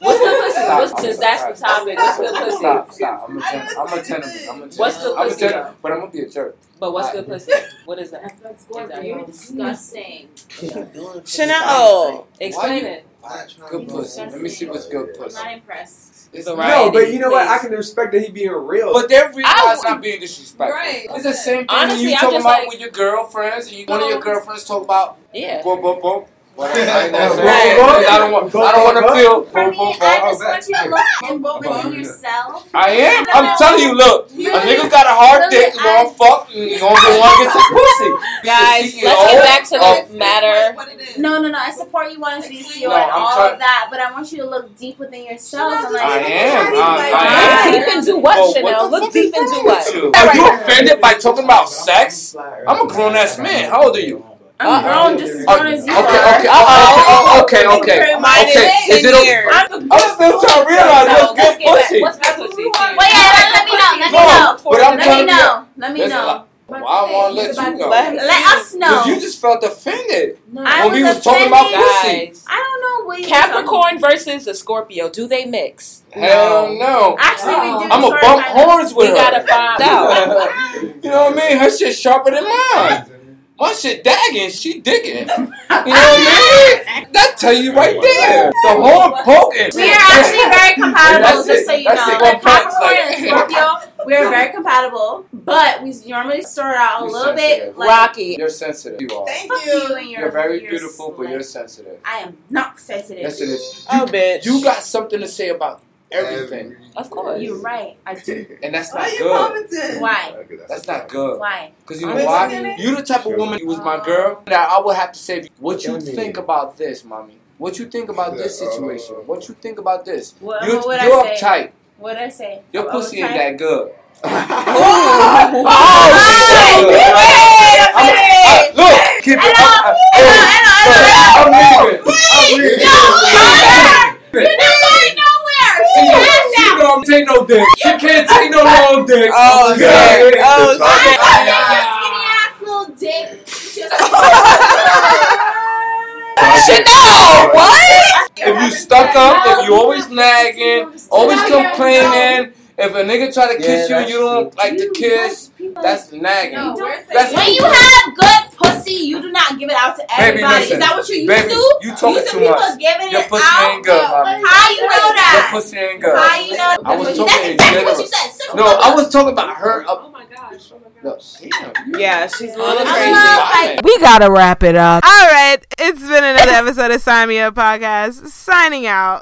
good pussy? What's, since that's the topic, what's good pussy?
Stop, stop. I'm a ten. I'm a ten. I'm a ten.
What's good
I'm a
pussy,
ten,
though?
but I'm gonna be a jerk.
But what's good pussy? What is that?
You're disgusting.
Chanel.
Explain it.
Good pussy. Let me see what's good pussy.
I'm not impressed.
No, but you know what? I can respect that he being real.
But they're real.
I
It's not being disrespectful.
Right.
It's the same thing
Honestly,
when you
I'm
talking
just
about
like-
with your girlfriends and you, one of your girlfriends talk about
yeah.
Bo, bo, bo. Well, I ain't gonna say
Right.
it, 'cause I don't want. I don't want to feel. Bo, bo, bo.
I just want you to look involved in yourself.
I am.
No, no.
I'm telling you, look,
You-
a nigga got a hard
Really,
dick,
I-
gonna fuck, and gonna get one get some pussy.
Guys,
You
let's
know?
get back to
Oh,
the matter.
No, no, no. I support you wanting to be CEO
No,
and
I'm
all
try-
of that, but I want you to look deep within yourself. I'm like,
I am. I, I am.
Look deep into what,
Well, what
Chanel?
the
Look deep into what?
You. Are you offended by talking about sex? I'm a grown ass man. How old are you?
I'm grown just as grown as you
Okay,
are.
okay,
Oh,
okay, okay, okay, okay.
Minus
okay. Is it okay?
I'm
I'm still trying to realize what's good pussy.
What's good pussy?
Wait, yeah, let me know. Let me
No,
know.
but I'm
let me
telling you-
know. Let me
That's a
know.
lot. Well, I want to let you know.
Let, us know.
Cause you just felt offended
I
when we
was
was talking about
offended.
pussy.
I don't know what you
Capricorn versus the Scorpio. Do they mix?
Hell no.
Actually, we do.
I'm gonna
Sorry,
bump
I-
horns with
We
her.
gotta find out.
you know what I mean? Her shit sharper than mine. My shit dagging, she digging. You know what I mean? That tell you right there. The horn poking.
We are actually very compatible,
That's
just
it.
so you
That's
know.
it. One
Like
punch,
Capricorn
like-
and Scorpio, we are very compatible, but we normally sort out a
You're
little
sensitive.
bit like
You're sensitive. You are.
fuck you and your
You're very
your
beautiful, but you're sensitive.
I am not sensitive.
Yes, it is.
Oh, bitch.
You got something to say about everything,
Of course.
Oh, You're right. I do.
and that's not good.
Why?
That's not good.
Why?
Cause you know
Honestly,
why?
Dennis?
You the type of woman. You was my girl. Now I would have to say, what you think about this, mommy? What you think about this situation? What you think about this?
What,
You-
what would
you're
I say?
uptight.
What would I say?
Your
I'm
pussy ain't
uptight?
that good.
Oh,
shit.
wait a
I'm- I-
minute.
Look, keep it. I'm- I'm- I'm leaving. I'm leaving.
You're not going nowhere.
She
Sit
don't-
down
she
now.
don't take no dick. She can't take no long dick.
Oh,
God.
Oh,
I don't think your skinny ass little dick. Just
Chanel, what? If you stuck up, if you always nagging, always complaining, if a nigga try to kiss you and you don't like to kiss, that's nagging. That's
when you have good pussy, you do not give it out to
Baby,
everybody.
listen.
Is that what you're used
Baby,
to?
you talking
used to
too
people
much.
giving
Your
it
pussy
out.
ain't good, mommy.
How you know
Your
that?
pussy ain't good.
How you know?
I was
That's
talking in
exactly what
general.
you said. Shut the
No,
fuck up.
I was talking about her. Oh my gosh.
Yeah, she's a little
crazy.
We gotta wrap it up. All right, it's been another episode of Sign Me Up Podcast. Signing out.